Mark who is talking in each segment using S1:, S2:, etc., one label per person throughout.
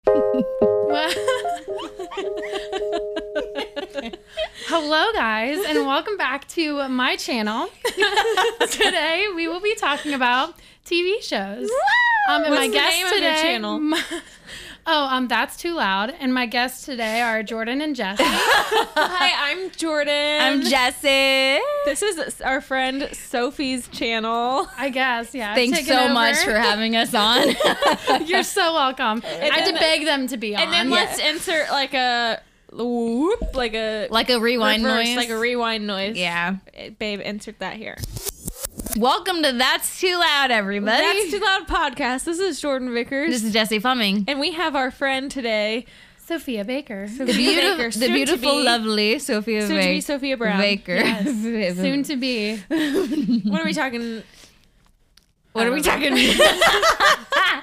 S1: Hello, guys, and welcome back to my channel. today, we will be talking about TV shows. Um, and
S2: What's
S1: my
S2: the
S1: guest
S2: name of your
S1: today,
S2: channel?
S1: my- oh, um, that's too loud. And my guests today are Jordan and Jesse.
S2: Hi, I'm Jordan.
S3: I'm Jesse.
S2: This is our friend Sophie's channel.
S1: I guess, yeah. I've
S3: Thanks
S1: taken
S3: so
S1: over.
S3: much for having us on.
S1: You're so welcome. I had to
S2: then-
S1: beg them to be on.
S2: And then let's insert like a whoop, like a
S3: like a rewind
S2: reverse,
S3: noise.
S2: like a rewind noise.
S3: yeah.
S2: Eh, babe, insert that here.
S3: Welcome to That's Too Loud, everybody.
S2: That's too loud podcast. This is Jordan Vickers,
S3: This is Jesse Fleming.
S2: and we have our friend today,
S1: Sophia Baker.
S3: The, beautiful,
S2: Baker,
S3: the
S2: soon to
S3: beautiful,
S2: be-
S3: lovely Sophia
S2: soon to be
S3: Baker.
S2: Sophia Brown.
S3: Baker.
S1: Soon to be.
S2: What are we talking?
S3: what are we talking about?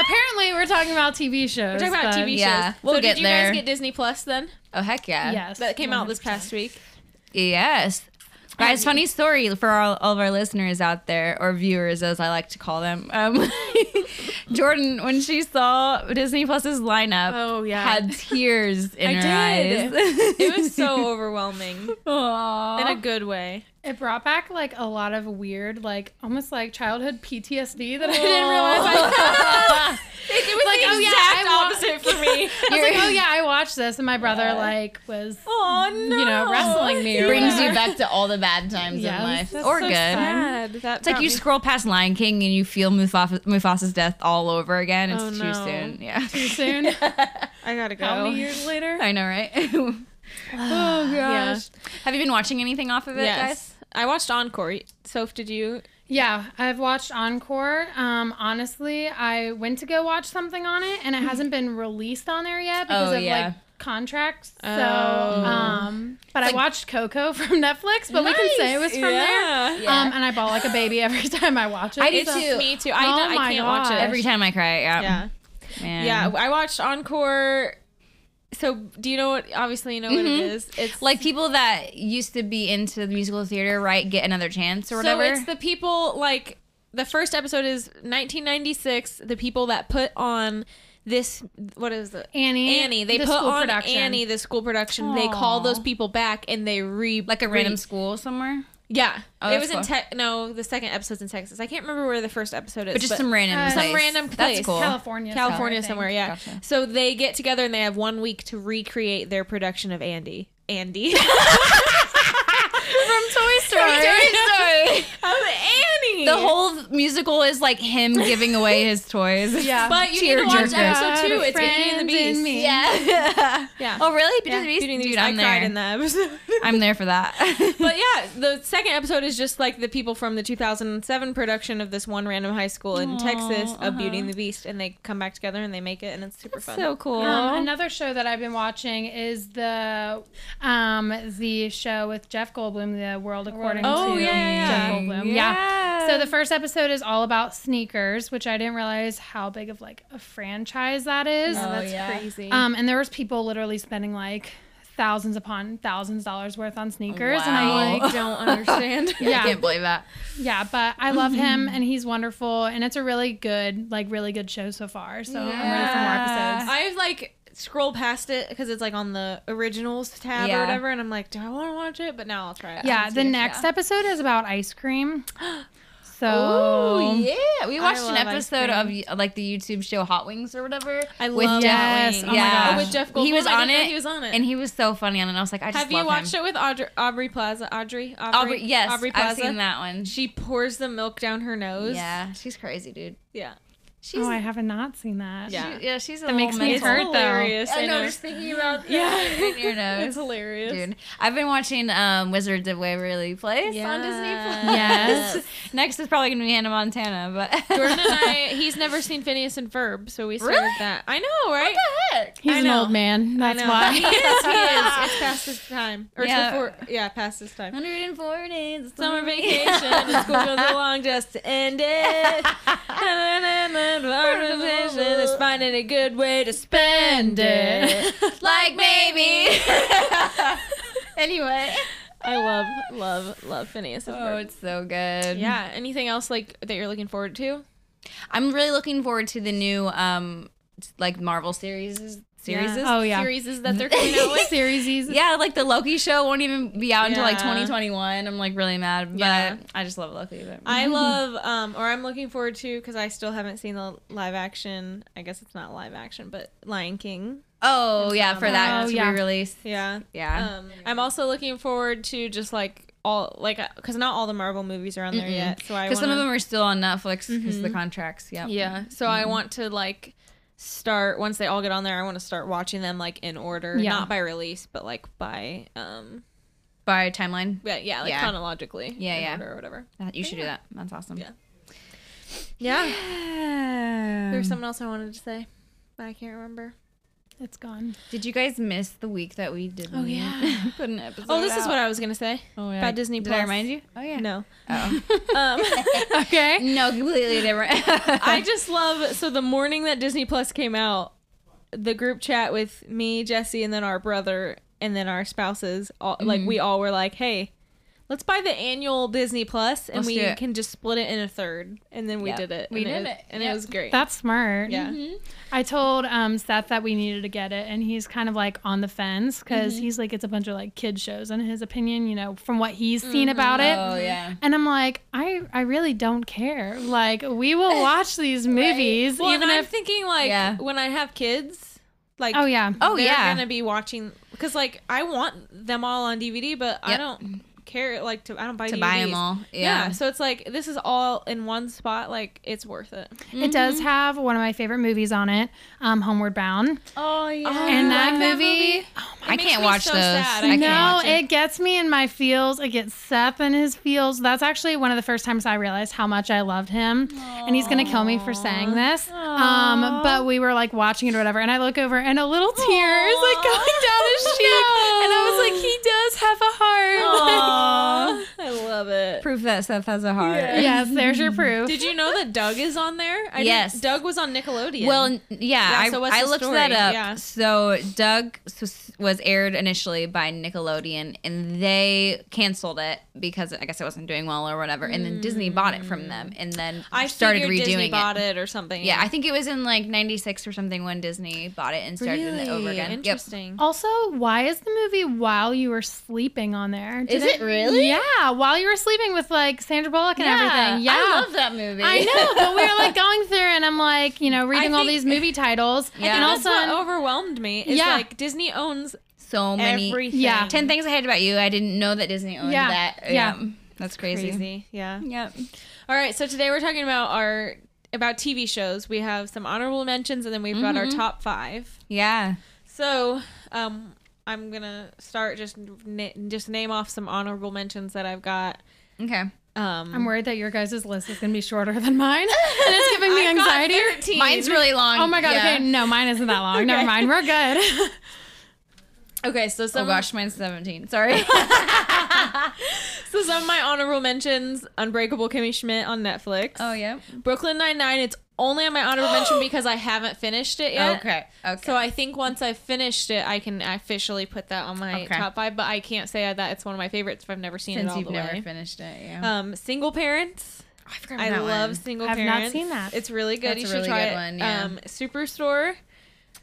S1: Apparently, we're talking about TV shows.
S2: We're talking about
S1: but-
S2: TV shows.
S3: yeah, we'll
S2: so
S3: get
S2: did you
S3: there.
S2: guys get Disney Plus then?
S3: Oh, heck yeah.
S1: Yes.
S2: That came out this
S1: 100%.
S2: past week.
S3: Yes. Guys, funny story for all, all of our listeners out there, or viewers as I like to call them. Um, Jordan, when she saw Disney Plus's lineup,
S2: Oh, yeah.
S3: had tears in
S2: I
S3: her
S2: did.
S3: eyes.
S2: It was so overwhelming in a
S3: Aww.
S2: good way.
S1: It brought back like a lot of weird, like almost like childhood PTSD that I didn't realize. I had.
S2: Oh. It was
S1: Like,
S2: the
S1: oh, yeah,
S2: exact
S1: I wa-
S2: opposite for me.
S1: I was like, oh yeah, I watched this, and my brother like was
S2: oh no!
S1: you know wrestling me. or
S3: brings
S1: whatever.
S3: you back to all the bad times
S1: Yes,
S3: in life,
S1: that's
S3: or
S2: so
S3: good.
S2: Sad. That
S3: It's like you scroll past Lion King and you feel Mufasa, Mufasa's death all over again. It's
S2: Oh,
S3: too
S2: no.
S3: soon. Yeah,
S1: Too soon.
S2: I gotta go.
S1: How many years later?
S3: I know, right? oh gosh.
S2: Yeah.
S3: Have you been watching anything off of it, guys?
S2: Yes, I watched Encore. Soph, did you?
S1: Yeah, I've watched Encore. Um, honestly, I went to go watch something on it,
S2: Mm-hmm.
S1: and it hasn't been released on there yet because
S3: Oh,
S1: of
S3: yeah.
S1: like contracts. So,
S2: Oh.
S1: um, but I watched Coco from Netflix, but we can
S2: Nice.
S1: say it was from
S2: Yeah.
S1: there.
S3: Yeah.
S1: Um, and I ball like a baby every time I watch it.
S3: I do
S1: so-
S3: too.
S2: Me too. I,
S1: Oh
S2: I
S1: my
S2: can't watch it
S1: gosh.
S3: Every time I cry, yeah,
S2: Yeah,
S3: Man.
S2: yeah. I watched Encore. So do you know what? Obviously, you know what it is. It's
S3: Like people that used to be into the musical theater, right? Get another chance or whatever.
S2: So it's the people like the first episode is 1996. The people that put on this what is it?
S1: Annie.
S2: Annie. They
S1: the
S2: put
S1: school
S2: on
S1: production.
S2: Annie the school production. They call those people back and they re
S3: like a random school somewhere,
S2: yeah.
S3: Oh,
S2: it
S3: that's
S2: was in
S3: cool.
S2: Te- no the second episode's in Texas. I can't remember where the first episode is.
S3: but just some random,
S1: Uh,
S3: place.
S1: some
S2: random place.
S3: That's cool.
S1: California.
S2: California
S1: somewhere, I think.
S2: somewhere. Yeah.
S3: Gotcha.
S2: So they get together and they have one week to recreate their production of Andy. Andy.
S3: From Toy Story. Story.
S2: of Annie.
S3: the whole musical is like him giving away his toys.
S1: Yeah.
S2: But you need to watch
S3: Tearjerker.
S2: episode two.
S1: Got a
S2: It's Beauty
S1: friend
S2: and the Beast.
S1: in me.
S3: Yeah.
S2: Yeah.
S1: Um,
S3: Oh, really? Beauty
S2: Yeah,
S3: and the Beast?
S2: Beauty and the
S3: Dude,
S2: Beast.
S3: I'm
S2: I
S3: there.
S2: cried in that episode.
S3: I'm there for that.
S2: but yeah, the second episode is just like the people from the 2007 production of this one random high school in Texas of Beauty and the Beast, and they come back together and they make it, and it's super fun.
S3: uh-huh. so cool.
S1: Um, another show that I've been watching is the um, the show with Jeff Goldblum, The World According
S2: Oh,
S1: to
S2: yeah, yeah,
S1: Jeff
S2: yeah.
S1: Goldblum.
S3: Yeah.
S1: Yeah. So the first episode is all about sneakers, which I didn't realize how big of like a franchise that is.
S3: that's Oh, yeah.
S2: crazy.
S1: Um, and there was people literally spending like thousands upon thousands of dollars worth on sneakers, and I'm like,
S3: Wow.
S2: don't understand.
S3: yeah, I
S1: yeah.
S3: can't believe that.
S1: yeah. But I love him,
S2: Mm-hmm.
S1: and he's wonderful, and it's a really good, like, really good show so far. So I'm ready for more
S3: Yeah.
S1: episodes.
S2: I've like scrolled past it because it's like on the originals tab
S3: Yeah.
S2: or whatever, and I'm like, do I want to watch it? But now I'll try it.
S1: Yeah, the next episode is about ice cream. So
S3: Oh yeah, we watched an
S2: love ice
S3: episode of uh, like the YouTube show Hot Wings or whatever.
S2: I
S3: with
S2: love
S3: Jeff,
S1: Hot Wings.
S3: Yeah,
S1: Oh my gosh.
S2: Oh, with Jeff
S3: He was
S2: Goldblum? I
S3: on
S2: didn't know
S3: it.
S2: he was on it.
S3: and he was so funny on it. I was like, I just
S2: Have you
S3: love
S2: watched
S3: him.
S2: it with Audrey, Aubrey Plaza? Audrey, Aubrey,
S3: Aubrey, yes,
S2: Aubrey Plaza.
S3: I've seen that one.
S2: She pours the milk down her nose.
S3: yeah, she's crazy, dude.
S2: yeah.
S3: She's
S1: oh, I have not seen that.
S2: Yeah.
S3: she- yeah, she's a
S1: That makes
S3: little
S1: me
S3: mental.
S1: hurt, though.
S2: hilarious.
S3: I
S2: I
S3: know,
S2: know.
S3: just thinking about
S2: Yeah.
S3: that in your nose.
S2: It's hilarious.
S3: Dude, I've been watching um, Wizards of Waverly Place on Disney Plus.
S1: Yes.
S3: Next is probably gonna be Hannah Montana, but
S2: Jordan and I, he's never seen Phineas and Ferb, so we started
S3: Really?
S2: that. I know, right?
S3: heck?
S1: He's
S2: I
S1: an
S2: know.
S1: old man.
S2: I
S1: That's
S2: know.
S1: why.
S2: He is, he is. It's past his time. Or yeah.
S3: Yeah.
S2: Before, yeah, past his time.
S3: 104 days. of
S2: Summer vacation and school goes along just to end it. Organization is finding a good way to spend it.
S3: like baby. anyway.
S2: I love, love, love Phineas and
S3: Oh,
S2: Ferb.
S3: it's so good.
S2: yeah. Anything else like that you're looking forward to?
S3: I'm really looking forward to the new um like Marvel series series.
S2: Yeah.
S1: Oh yeah.
S2: Series that they're coming out with.
S1: Series.
S3: Yeah, like the Loki show won't even be out until like
S2: Yeah.
S3: 2021. I'm like really mad, but
S2: Yeah.
S3: I just love Loki. But
S2: I love, um, or I'm looking forward to because I still haven't seen the live action. I guess it's not live action, but Lion King.
S3: oh yeah, for that
S1: Oh,
S3: to
S1: yeah.
S3: be released.
S2: Yeah.
S3: Yeah.
S2: Um, I'm also looking forward to just like all like because not all the Marvel movies are on there
S3: Mm-mm.
S2: yet, so I
S3: because some of
S2: wanna- Mm-hmm.
S3: them are still on Netflix because of the contracts. Yeah.
S2: yeah. So I want to like start once they all get on there. I want to start watching them like in order,
S1: Yeah.
S2: not by release, but like by um
S3: By timeline,
S2: yeah yeah like
S3: Yeah.
S2: chronologically
S3: Yeah,
S2: in
S3: yeah.
S2: order or whatever.
S3: That- you should do that. That's awesome.
S2: Yeah. Yeah. There's
S3: There's some.
S2: something else I wanted to say, but I can't remember.
S1: It's gone.
S3: Did you guys miss the week that we did?
S1: Oh, yeah.
S3: put an episode.
S2: Oh, this is
S3: out?
S2: what I was gonna say.
S3: Oh, yeah.
S2: about Disney
S3: Did I
S2: Plus.
S3: remind you? Oh yeah.
S2: No.
S3: Oh.
S2: Um,
S1: Okay.
S3: no, completely different.
S2: I just love so the morning that Disney Plus came out, the group chat with me, Jesse, and then our brother, and then our spouses, all, like
S3: Mm-hmm.
S2: we all were like, "Hey, let's buy the annual Disney Plus, and
S3: Let's
S2: we
S3: do it.
S2: can just split it in a third. And then we
S3: Yep.
S2: did it.
S3: We
S2: and
S3: did
S2: was-
S3: it. Mm-hmm.
S2: and
S3: Yep.
S2: it was great.
S1: That's smart.
S2: yeah,
S1: I told um, Seth that we needed to get it, and he's kind of like on the fence because
S2: Mm-hmm.
S1: he's like, it's a bunch of like kid shows, in his opinion, you know, from what he's seen
S2: Mm-hmm.
S1: about it.
S3: oh yeah.
S1: And I'm like, I, I really don't care. Like, we will watch these movies,
S2: well,
S1: even
S2: and I'm
S1: if.
S2: thinking like
S3: Yeah.
S2: when I have kids, like
S1: Oh, yeah.
S3: Oh
S2: they're
S3: yeah.
S2: gonna be watching because like I want them all on DVD, but I
S3: Yep.
S2: don't care like to I don't buy
S3: to buy them
S2: DVDs.
S3: all.
S2: Yeah.
S3: Yeah.
S2: so it's like this is all in one spot. Like it's worth it.
S1: It does
S2: mm-hmm.
S1: have one of my favorite movies on it, um, Homeward Bound.
S2: Oh yeah,
S1: and that,
S3: that
S1: movie,
S3: movie? I
S2: Oh, makes
S3: can't
S2: me
S3: watch
S2: so
S3: those.
S2: sad. I
S3: I
S2: can't
S1: no,
S3: can't watch
S1: it gets me in my feels. It gets Seth in his feels. That's actually one of the first times I realized how much I loved him. And he's gonna kill me for saying this. Um, but we were like watching it or whatever, and I look over and a little tear is like going down his cheek. And I was like, he does have a heart.
S2: Aw, I love it.
S3: Proof that Seth has a heart.
S2: Yeah.
S1: yes, there's your proof.
S2: Did you know that Doug is on there? I didn't-
S3: Yes.
S2: Doug was on Nickelodeon.
S3: Well, n- yeah,
S2: Yeah,
S3: I,
S2: so what's
S3: I
S2: the
S3: looked
S2: story?
S3: that up.
S2: Yeah.
S3: So Doug s- was aired initially by Nickelodeon, and they canceled it because I guess it wasn't doing well or whatever. And then Disney bought it from them, and then
S2: I
S3: started
S2: figured
S3: redoing
S2: Disney
S3: it.
S2: bought it or something.
S3: Yeah, I think it was in like '96 or something when Disney bought it and started it over again. Yep. Oh,
S2: Interesting.
S1: also, why is the movie While You Were Sleeping on there?
S3: Is it really?
S1: Yeah, While You Were Sleeping with like Sandra Bullock and everything. Yeah.
S3: that movie.
S1: I know, but we were like going through, and I'm like, you know, reading all
S2: think- Oh.
S1: these movie titles,
S3: Yeah.
S1: and
S2: And
S3: I
S1: also,
S2: also, what overwhelmed me is
S1: Yeah.
S2: like Disney owns
S3: so many.
S2: everything.
S1: Yeah.
S3: Ten things I hated about you. I didn't know that Disney owned
S1: Yeah.
S3: that.
S1: Yeah.
S3: that's crazy.
S2: Crazy. Yeah.
S3: Yep.
S2: All right, so today we're talking about our about TV shows. We have some honorable mentions, and then we've got our
S3: Mm-hmm.
S2: top five.
S3: Yeah.
S2: So, um, I'm gonna start just na- just name off some honorable mentions that I've got.
S3: Okay.
S2: Um,
S1: I'm worried that your guys' list is gonna be shorter than mine, and it's giving me
S2: I've got
S1: anxiety.
S2: 13.
S3: Mine's really long.
S1: Oh my god!
S3: Yeah.
S1: Okay, no, mine isn't that long. Never mind, we're good.
S2: okay. So some
S3: Oh gosh, mine's 17. Sorry.
S2: so some of my honorable mentions: Unbreakable Kimmy Schmidt on Netflix.
S3: Oh, yeah.
S2: Brooklyn Nine Nine. It's only on my honorable mention because I haven't finished it yet.
S3: Okay. Okay.
S2: So I think once I've finished it, I can officially put that on my
S3: Okay.
S2: top five. But I can't say that it's one of my favorites if I've never seen it
S3: since
S2: all
S3: you've
S2: the
S3: never
S2: way.
S3: finished it, yeah.
S2: Um, single parents.
S3: I forgot
S2: I love single
S1: I've not
S2: parents.
S1: seen that.
S2: It's really good.
S3: That's
S2: you
S3: a
S2: should
S3: really
S2: try
S3: good
S2: it.
S3: one, yeah.
S2: Um, Superstore.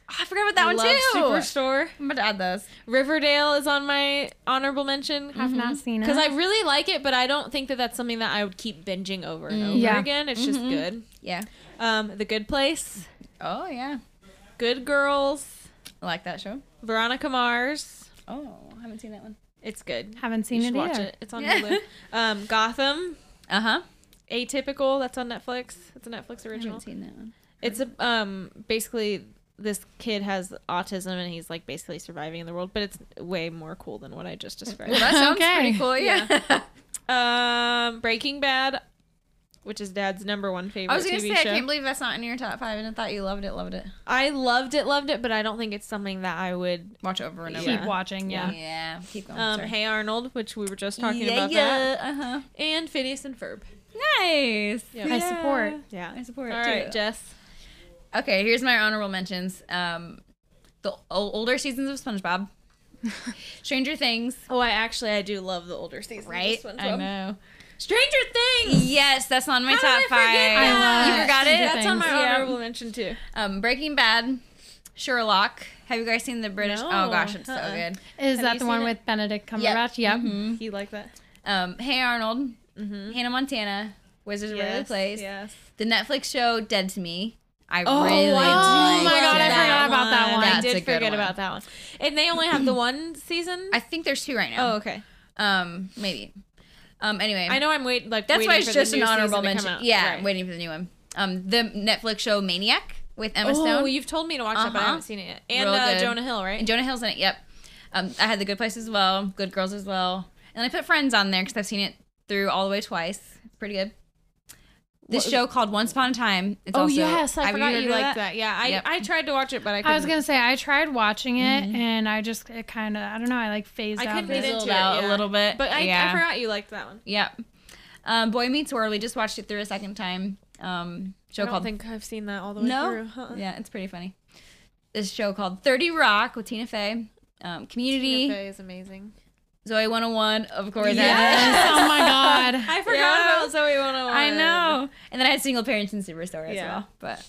S3: I forgot about that one
S2: love
S3: too.
S2: Superstore.
S3: I'm gonna add those.
S2: Riverdale is on my honorable mention
S3: Mm-hmm.
S1: I've not seen it
S2: because I really like it, but I don't think that that's something that I would keep binging over and
S3: Mm-hmm.
S2: over
S1: Yeah.
S2: again. It's just good.
S3: Yeah.
S2: Um, the Good Place,
S3: Oh yeah.
S2: Good Girls,
S3: I like that show.
S2: Veronica Mars.
S3: Oh, I haven't seen that one.
S2: It's good.
S1: haven't seen
S2: You should
S1: it
S2: watch
S1: either.
S2: it. It's on
S3: Yeah.
S2: Hulu. Um, Gotham,
S3: Uh huh.
S2: Atypical. That's on Netflix. It's a Netflix
S3: I
S2: original.
S3: haven't seen that one.
S2: It's a um basically this kid has autism and he's like basically surviving in the world, but it's way more cool than what I just described.
S3: Well, that sounds
S1: Okay.
S3: pretty cool. Yeah.
S2: um, Breaking Bad, which is Dad's number one favorite
S3: I was gonna
S2: TV
S3: say
S2: show.
S3: I can't believe that's not in your top five, and I thought you loved it. Loved it.
S2: I loved it, loved it, but I don't think it's something that I would.
S3: Watch over and
S1: Keep
S3: over.
S2: Yeah.
S1: watching, yeah.
S3: Yeah. Keep going.
S2: Um,
S3: sorry.
S2: hey Arnold, which we were just talking about that,
S3: Uh huh.
S2: and Phineas and Ferb.
S3: Nice.
S2: Yeah.
S1: I support.
S2: Yeah,
S3: I support it
S2: All right,
S3: too.
S2: Jess.
S3: Okay, here's my honorable mentions. Um, the o- older seasons of SpongeBob, Stranger Things,
S2: Oh, I actually I do love the older season.
S3: right? I know.
S2: Stranger Things.
S3: Yes, that's on my
S2: How did
S3: top
S2: I forget
S3: five.
S1: I
S2: that?
S3: You
S1: love
S3: forgot it.
S1: Stranger
S2: That's on my
S1: Things.
S3: Yeah.
S2: honorable mention too.
S3: Um, Breaking Bad, Sherlock. Have you guys seen the British?
S2: No.
S3: Oh gosh, it's so
S2: Uh-uh.
S3: good. Mm-hmm.
S1: Is
S2: Have you
S1: that the one
S2: seen it? Mm-hmm.
S1: with Benedict Cumberbatch? Yep.
S2: You like that?
S3: Um, hey Arnold, Hannah Montana, Wizards of Waverly
S2: Yes,
S3: Place,
S2: Yes.
S3: the Netflix show Dead to Me. I
S2: Oh, I
S3: really
S1: Oh
S3: liked
S2: do
S1: my God, I
S3: that.
S1: forgot about that one.
S2: I
S3: That's a
S2: did
S3: good
S2: forget
S3: one.
S2: about that one. And they only have the one season.
S3: I think there's two right now.
S2: oh, okay.
S3: Um, maybe. Um, anyway,
S2: I know I'm waiting. Like
S3: that's
S2: waiting
S3: why it's
S2: for the
S3: just an
S2: new season
S3: honorable
S2: to come
S3: mention.
S2: out.
S3: Yeah,
S2: Right.
S3: waiting for the new one. Um, the Netflix show Maniac with Emma
S2: Oh,
S3: Stone.
S2: you've told me to watch that, but I
S3: Uh-huh.
S2: haven't seen it yet. And
S3: Real
S2: uh,
S3: good.
S2: Jonah Hill, right?
S3: And Jonah Hill's in it. Yep. Um, I had The Good Place as well, Good Girls as well, and I put Friends on there because I've seen it through all the way twice. It's pretty good. This
S2: What-
S3: show called Once Upon a Time. It's
S2: oh
S3: also,
S2: yes, I
S3: have
S2: forgot
S3: heard
S2: you
S3: of
S2: like that. Yeah, I,
S3: Yep.
S2: I tried to watch it, but I couldn't.
S1: I was gonna say I tried watching it and I just it kind of I don't know I like phased
S2: I
S1: out.
S2: couldn't
S1: of
S2: get
S1: it.
S2: into
S3: Fizzled
S2: it
S3: out a
S2: yeah.
S3: little bit,
S2: But I,
S3: yeah.
S2: I forgot you liked that one.
S3: Yep. Um, Boy Meets World. We just watched it through a second time. Um, show
S2: I don't
S3: called
S2: think I've seen that all the way
S3: No.
S2: through. huh?
S3: Yeah, it's pretty funny. This show called Thirty Rock with Tina Fey. Um, Community,
S2: Cafe is amazing.
S3: Zoe 101, of course. I
S1: Yes.
S3: did.
S1: oh my god.
S2: I forgot
S3: Yeah.
S2: about Zoe 101.
S3: I know. oh And then I had single parents in Superstore as
S2: Yeah.
S3: well. But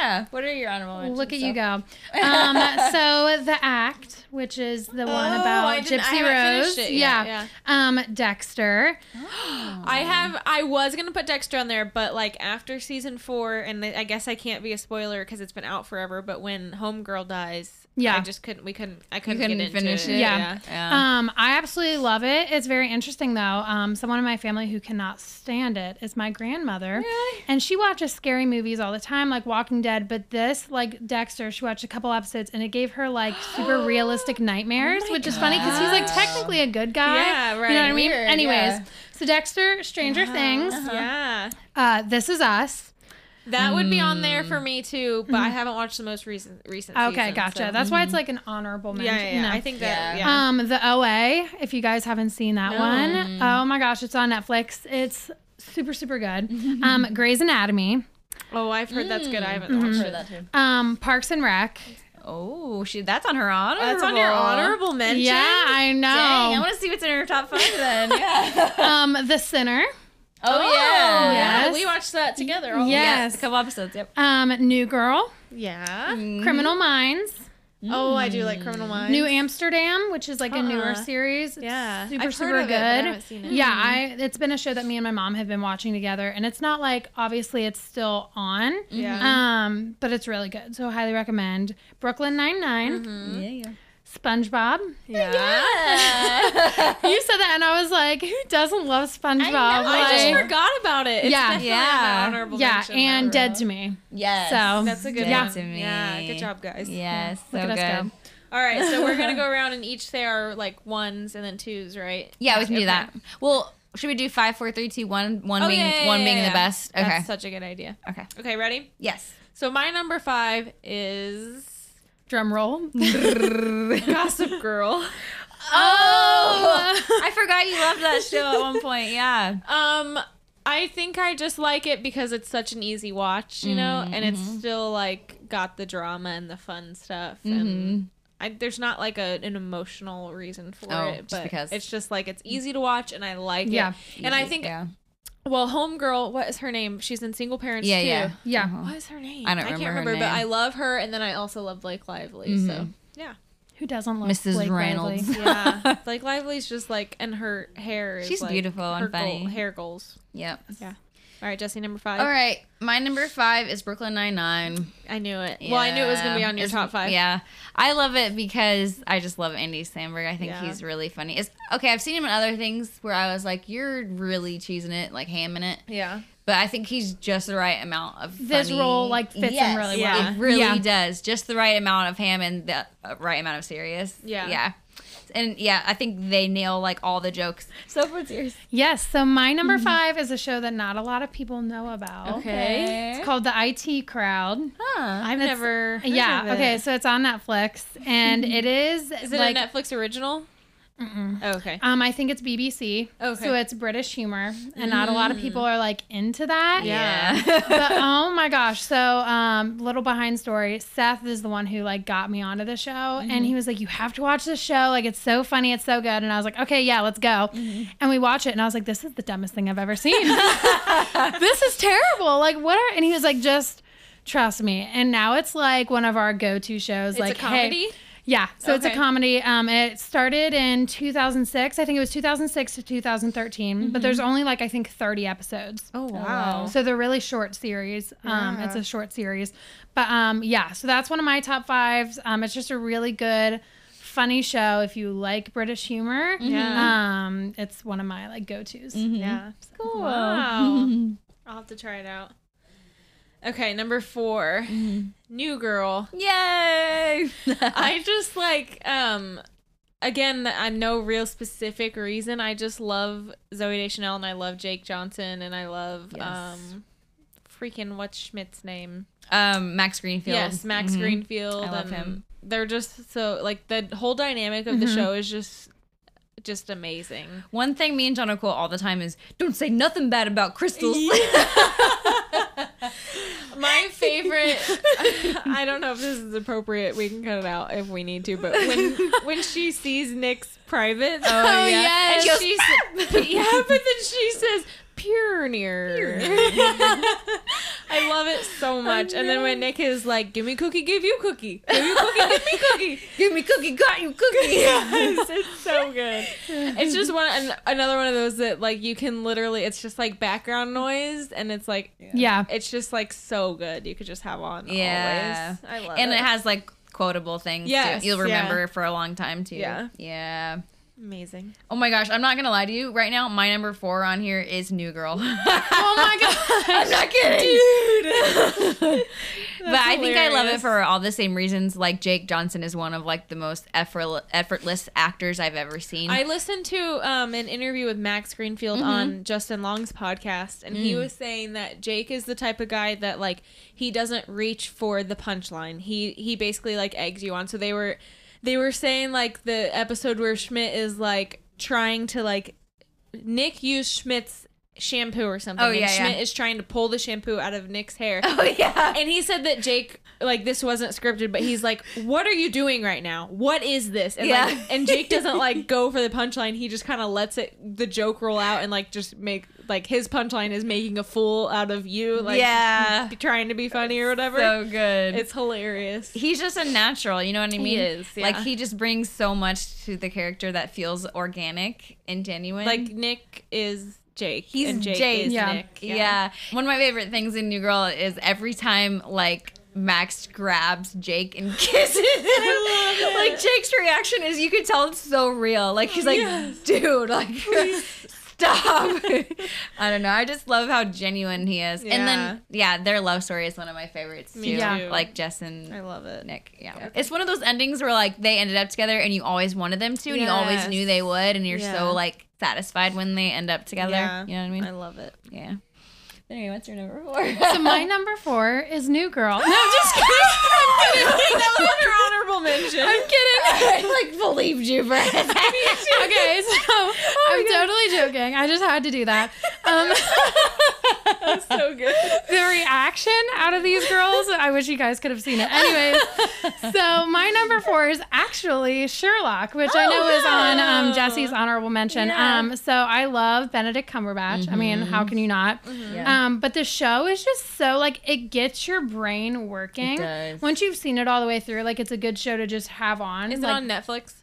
S3: yeah. What are your honorable mentions?
S1: Look at
S3: So-
S1: you go. Um, so the act, which is the one
S2: Oh,
S1: about
S2: I didn't- I
S1: Gypsy
S2: haven't
S1: Rose,
S2: finished it
S1: yeah.
S2: yet,
S1: Um, Dexter.
S2: I have. I was gonna put Dexter on there, but like after season four, and I guess I can't be a spoiler because it's been out forever. But when Homegirl dies,
S1: Yeah.
S2: I just couldn't. We couldn't. I couldn't,
S3: couldn't
S2: get into
S3: finish it?
S1: Yeah.
S3: Yeah.
S1: Um, I absolutely love it. It's very interesting though. Um, someone in my family who cannot stand it is my grandmother,
S2: Really?
S1: and she watches scary movies all the time, like Walking Dead. But this, like Dexter, she watched a couple episodes, and it gave her like super realistic nightmares, which is funny because he's like technically a good guy.
S2: Oh Yeah,
S1: You know what I
S2: right. Uh-huh.
S1: mean?
S3: Weird,
S1: Anyways,
S3: yeah.
S1: so Dexter, Stranger Things,
S2: Yeah.
S1: uh, This Is Us.
S2: That would be on there for me too, but I haven't watched the most recent recent.
S1: Mm. Okay,
S2: season,
S1: gotcha.
S2: so- mm-hmm.
S1: That's why it's like an honorable mention.
S2: yeah, yeah. yeah.
S1: No.
S2: I think that.
S3: Yeah.
S2: Yeah.
S1: Um, the OA. If you guys haven't seen that
S2: No.
S1: one, oh my gosh, it's on Netflix. It's super super good. um, Grey's Anatomy.
S2: oh, I've heard that's good. I haven't watched it.
S3: too.
S1: Um, Parks and Rec.
S3: Oh, she, that's on her honorable.
S2: That's on your honorable mention.
S1: Yeah, I
S3: Dang, I
S1: know.
S3: want to see what's in her top five then. Yeah.
S1: um, The Sinner.
S3: oh, yeah.
S1: yeah.
S2: we watched that together. All
S1: Yeah.
S3: Yes.
S1: Yes.
S3: A couple episodes. Yep.
S1: Um, New Girl.
S2: Yeah.
S1: Criminal Minds.
S2: Oh, I do like Criminal Mm-hmm. Minds.
S1: Mm. New Amsterdam, which is like a newer
S2: Uh-uh.
S1: series. It's
S2: Yeah.
S1: super
S2: I've heard
S1: super
S2: of
S1: good.
S2: it, but I haven't seen it. Mm-hmm.
S1: Yeah, I it's been a show that me and my mom have been watching together, and it's not like obviously it's still on,
S2: Yeah.
S1: um, but it's really good. So highly recommend Brooklyn Nine
S2: Mm-hmm.
S3: Yeah,
S1: SpongeBob.
S2: yeah.
S3: yeah.
S1: You said that, and I was like, who doesn't love SpongeBob?
S2: I
S1: Um, Like,
S2: just forgot about it. It's
S1: Yeah.
S2: definitely on
S3: Yeah.
S2: my honorable
S1: yeah,
S2: mention,
S1: and
S2: Laura.
S1: Dead to Me.
S3: yes.
S1: So-
S2: That's a good
S1: Yeah.
S2: one.
S3: To me.
S2: Yeah, good job, guys.
S3: Yes. So
S1: Look
S3: good.
S1: at us go.
S2: All right, so we're gonna go around and each say our like ones and then twos, right?
S3: Yeah, we can
S2: Okay.
S3: do that. Well, should we do five, four, three, two, one? One
S2: Oh,
S3: being
S2: yeah, yeah,
S3: one
S2: yeah,
S3: being
S2: yeah.
S3: the best. Okay.
S2: That's such a good idea.
S3: okay.
S2: Okay, ready?
S3: Yes.
S2: So my number five is
S1: Drum roll.
S2: Gossip Girl.
S3: Oh, I forgot you loved that show at one point. Yeah.
S2: Um, I think I just like it because it's such an easy watch, you know,
S3: Mm-hmm,
S2: and it's still like got the drama and the fun stuff.
S3: Mm-hmm.
S2: And I, there's not like a, an emotional reason for
S3: Oh,
S2: it,
S3: just
S2: but
S3: because.
S2: it's just like it's easy to watch and I like
S1: Yeah.
S2: it. And I think,
S3: yeah,
S2: well, Homegirl, what is her name? She's in Single Parents
S3: yeah,
S2: too.
S3: yeah.
S1: Yeah.
S2: What is her name?
S3: I don't
S2: can't
S3: remember her
S2: remember, but
S3: name. Mm-hmm.
S2: I love her, and then I also love Blake Lively. So yeah,
S1: Who doesn't love
S3: Mrs.
S1: Blake
S3: Reynolds.
S1: Lively?
S2: yeah. Blake Lively's just like, and her hair is
S3: She's
S2: like,
S3: beautiful and
S2: her goal-
S3: funny.
S2: hair goals.
S3: Yep.
S2: Yeah. All right, Jesse, number five.
S3: All right, my number five is Brooklyn Nine Nine.
S2: I knew it. Well, I knew it was going to be on your top five.
S3: Yeah, I love it because I just love Andy Samberg. I think
S2: Yeah.
S3: he's really funny. It's okay. I've seen him in other things where I was like, "You're really cheesing it, like hamming it,"
S2: Yeah.
S3: but I think he's just the right amount of
S1: This
S3: funny.
S1: role, like, fits him
S3: Yes,
S1: really
S2: well.
S3: It really
S1: Yeah.
S3: does. Just the right amount of ham and the uh, right amount of serious.
S2: Yeah.
S3: yeah, and yeah. I think they nail like all the jokes. So what's yours?
S1: Yes. So my number
S2: Mm-hmm.
S1: five is a show that not a lot of people know about. It's called The IT Crowd.
S3: Huh.
S2: I've
S1: That's-
S2: never. Heard
S1: yeah.
S2: of it.
S1: Okay. So it's on Netflix, and it is
S2: Is it
S1: like
S2: a Netflix original? Oh, okay.
S1: Um, I think it's BBC.
S2: Okay. Mm.
S1: So it's British humor, and not a lot of people are like into that.
S3: Yeah.
S1: but oh my gosh. So, um, little behind story. Seth is the one who like got me onto the show, and
S2: Mm-hmm.
S1: he was like, "You have to watch this show. Like, it's so funny. It's so good." And I was like, "Okay, yeah, let's go."
S2: Mm-hmm.
S1: And we watch it, and I was like, "This is the dumbest thing I've ever seen. this is terrible. Like, what are?" And he was like, "Just." Trust me, and now it's like one of our go-to shows.
S2: it's
S1: like,
S2: a
S1: hey-
S2: comedy.
S1: yeah, so it's a
S2: Okay.
S1: comedy. Um, it started in 2006. I think it was 2006 to 2013, but there's
S2: Mm-hmm.
S1: only like I think 30 episodes.
S3: Oh
S2: wow.
S1: So they're really short series. Um,
S3: Yeah.
S1: it's a short series, but um, yeah. So that's one of my top fives. Um, it's just a really good, funny show if you like British humor.
S2: Yeah. Mm-hmm.
S1: Um, it's one of my like go tos.
S2: Yeah.
S3: Cool.
S2: Wow. I'll have to try it out. Okay, number four,
S3: Mm-hmm.
S2: New Girl.
S3: Yay!
S2: I just like, um, again, I no real specific reason. I just love Zoe Deschanel and I love Jake Johnson and I love,
S3: Yes.
S2: um, freaking what's Schmidt's name?
S3: um, Max Greenfield.
S2: Yes, Max
S3: Mhm.
S2: Greenfield.
S3: I love
S2: and
S3: him.
S2: They're just so like the whole dynamic of the show is just, just amazing.
S3: One thing me and John are cool all the time is don't say nothing bad about crystals.
S2: My favorite. I don't know if this is appropriate. We can cut it out if we need to. But when when she sees Nick's private, oh,
S3: yeah.
S2: and
S3: She goes,
S2: she sa- yeah, but then she says pioneer. I love it so much. And then when Nick is like, "Give me cookie, give you cookie, give you cookie, give me cookie,"
S3: Give me cookie, got you cookie.
S2: Yes, it's so good. It's just one an, another one of those that like you can literally. It's just like background noise, and it's like
S1: Yeah.
S2: it's just like so good. You could just have on
S3: Yeah.
S2: always. I love
S3: and
S2: it.
S3: it has like quotable things
S2: Yes,
S3: too. You'll
S2: yeah.
S3: remember for a long time too.
S2: Yeah.
S3: Yeah.
S2: amazing.
S3: Oh my gosh, I'm not gonna lie to you. Right now, my number four on here is New Girl.
S1: Oh my god.
S3: I'm not kidding. but I think I love
S2: hilarious.
S3: it for all the same reasons. Like Jake Johnson is one of like the most effortless, effortless actors I've ever seen.
S2: I listened to um, an interview with Max Greenfield
S3: Mm-hmm.
S2: on Justin Long's podcast, and
S3: Mm.
S2: he was saying that Jake is the type of guy that like he doesn't reach for the punchline. He he basically like eggs you on. So they were they were saying like the episode where Schmidt is like trying to like Nick used Schmidt's shampoo or something.
S3: Oh, yeah,
S2: and
S3: yeah.
S2: Schmidt is trying to pull the shampoo out of Nick's hair.
S3: oh yeah.
S2: and he said that Jake like this wasn't scripted, but he's like, "What are you doing right now? What is this?" And
S3: Yeah.
S2: like, and Jake doesn't like go for the punchline. He just kind of lets it the joke roll out and like just make like his punchline is making a fool out of you, like
S3: yeah.
S2: be- trying to be funny or whatever.
S3: So good.
S2: it's hilarious.
S3: he's just a natural. You know what I mean?
S2: is,
S3: Like
S2: yeah.
S3: he just brings so much to the character that feels organic and genuine.
S2: Like Nick is Jake.
S3: He's
S2: and Jake,
S3: Jake.
S2: is
S1: Yeah.
S2: Nick.
S3: Yeah. One of my favorite things in New Girl is every time like Max grabs Jake and kisses him. Like Jake's reaction is you could tell it's so real. Like he's like, dude, like stop. I don't know. I just love how genuine he is. And then yeah, their love story is one of my favorites too.
S2: Me
S1: Yeah.
S2: too.
S3: Like Jess and
S2: I love it.
S3: Nick. Yeah. It's one of those endings where like they ended up together and you always wanted them to and you
S2: Yes.
S3: always knew they would and you're
S2: Yeah.
S3: so like satisfied when they end up together.
S2: Yeah.
S3: You know what I mean?
S2: I love it.
S3: Yeah. Anyway, what's your number four?
S1: so my number four is New Girl. No,
S3: just kidding. I'm kidding.
S2: that was your honorable mention.
S3: I'm kidding. I like believed you, Brad.
S1: okay, so I'm totally joking. I just had to do that. Um,
S2: That's so good.
S1: the reaction out of these girls, I wish you guys could have seen it. Anyways, so my number four is actually Sherlock, which I know is on um, Jesse's honorable mention.
S3: Yeah.
S1: Um, so I love Benedict Cumberbatch. I mean, how can you not?
S3: Mm-hmm. Yeah.
S1: Um, but the show is just so like it gets your brain working.
S3: does.
S1: Once you've seen it all the way through, like it's a good show to just have on.
S2: Is
S1: like,
S2: it on Netflix?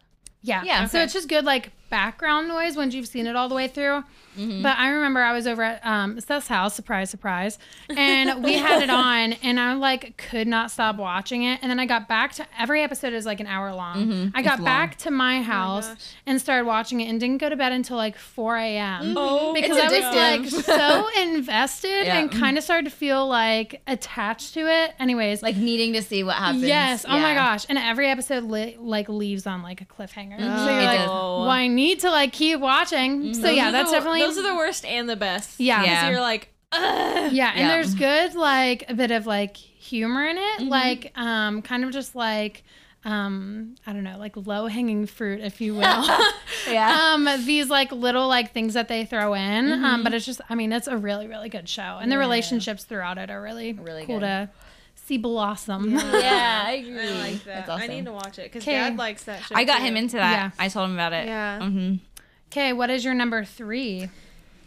S1: yeah.
S3: Yeah.
S1: So
S3: Okay.
S1: it's just good like background noise once you've seen it all the way through.
S3: Mm-hmm.
S1: But I remember I was over at um, Seth's house, surprise, surprise, and we had it on, and I like could not stop watching it. And then I got back to every episode is like an hour long. I got
S3: Mm-hmm. long.
S1: back to my house
S2: gosh.
S1: and started watching it, and didn't go to bed until like 4 a.m.
S3: Mm-hmm.
S2: Oh,
S1: Because I was like so invested
S3: Yeah.
S1: and kind of started to feel like attached to it. Anyways,
S3: Like needing to see what happens.
S1: Yes. Oh my
S3: Yeah.
S1: gosh. And every episode li- like leaves on like a cliffhanger. So you're
S3: It
S1: like,
S3: does. Mm-hmm.
S1: well, I need to like keep watching. So yeah,
S2: Those are
S1: that's
S2: the-
S1: definitely
S2: those are the worst and the best.
S1: Yeah.
S2: 'Cause
S3: Yeah.
S2: you're like, Ugh.
S1: yeah. And
S3: Yeah. Mm-hmm.
S1: there's good like a bit of like humor in it, like um, kind of just like um, I don't know, like low hanging fruit, if you will.
S3: Yeah.
S1: um, these like little like things that they throw in.
S3: Mm-hmm.
S1: Um, but it's just, I mean, it's a really, really good show, and the relationships throughout it are really,
S3: Really
S1: cool
S3: good.
S1: to see blossom.
S3: yeah, I agree.
S2: I like that.
S3: That's awesome.
S2: I need to watch it because
S1: 'Kay.
S2: Dad likes that show.
S3: I got
S2: too.
S3: him into that.
S1: Yeah.
S3: I told him about it.
S2: Yeah.
S3: hmm
S1: Okay, what is your number three?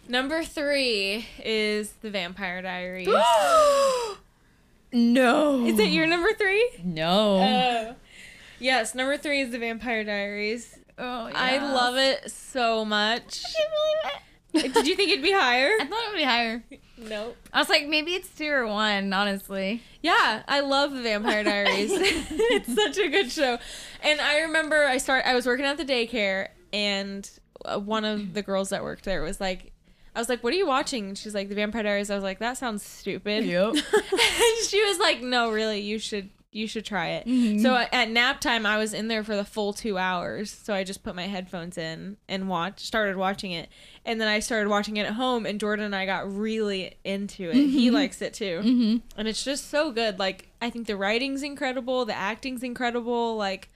S2: Number three is The Vampire Diaries.
S3: no.
S2: is it your number three?
S3: No.
S2: Oh. Yes, number three is The Vampire Diaries.
S3: oh,
S2: I love it so much.
S3: I can't believe it.
S2: Did you think it'd be higher?
S3: I thought it would be higher.
S2: Nope.
S3: I was like, maybe it's two or one, honestly.
S2: Yeah, I love The Vampire Diaries. it's such a good show. And I remember I start I was working at the daycare and uh, one of the girls that worked there was like I was like, "What are you watching?" And she's like, "The Vampire Diaries." I was like, "That sounds stupid." and she was like, "No, really, you should you should try it." So I- at nap time, I was in there for the full two hours. So I just put my headphones in and watch started watching it, and then I started watching it at home. And Jordan and I got really into it. He likes it too, and it's just so good. Like I think the writing's incredible, the acting's incredible, like.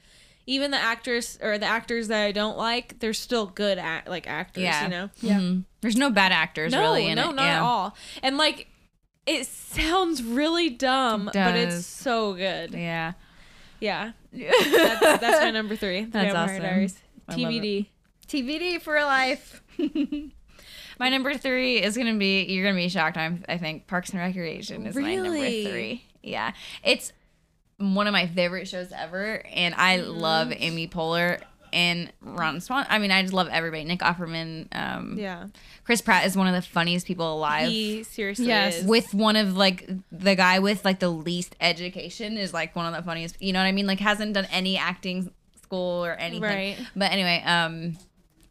S2: Even the actress or the actors that I don't like, they're still good at like actors,
S3: Yeah.
S2: you know.
S1: Yeah.
S3: Mhm. There's no bad actors
S2: No,
S3: really in
S2: no,
S3: it.
S2: not
S3: yeah.
S2: at all. And like, it sounds really dumb,
S3: It
S2: but it's
S3: does.
S2: so good.
S3: Yeah.
S2: Yeah, that's, that's my number three. The
S3: That's
S2: Vampire
S3: awesome.
S2: Diaries.
S3: I love
S2: TBD.
S3: TBD for life. my number three is gonna be you're gonna be shocked. I'm I think Parks and Recreation is my number
S2: Really?
S3: three. Yeah, it's one of my favorite shows ever, and I love Amy Poehler and Ron Swan. I mean, I just love everybody. Nick Offerman, um,
S2: Yeah,
S3: Chris Pratt is one of the funniest people alive.
S2: he seriously
S1: Yes.
S2: is.
S3: with one of like the guy with like the least education is like one of the funniest you know what i mean like hasn't done any acting school or anything
S2: Right.
S3: but anyway um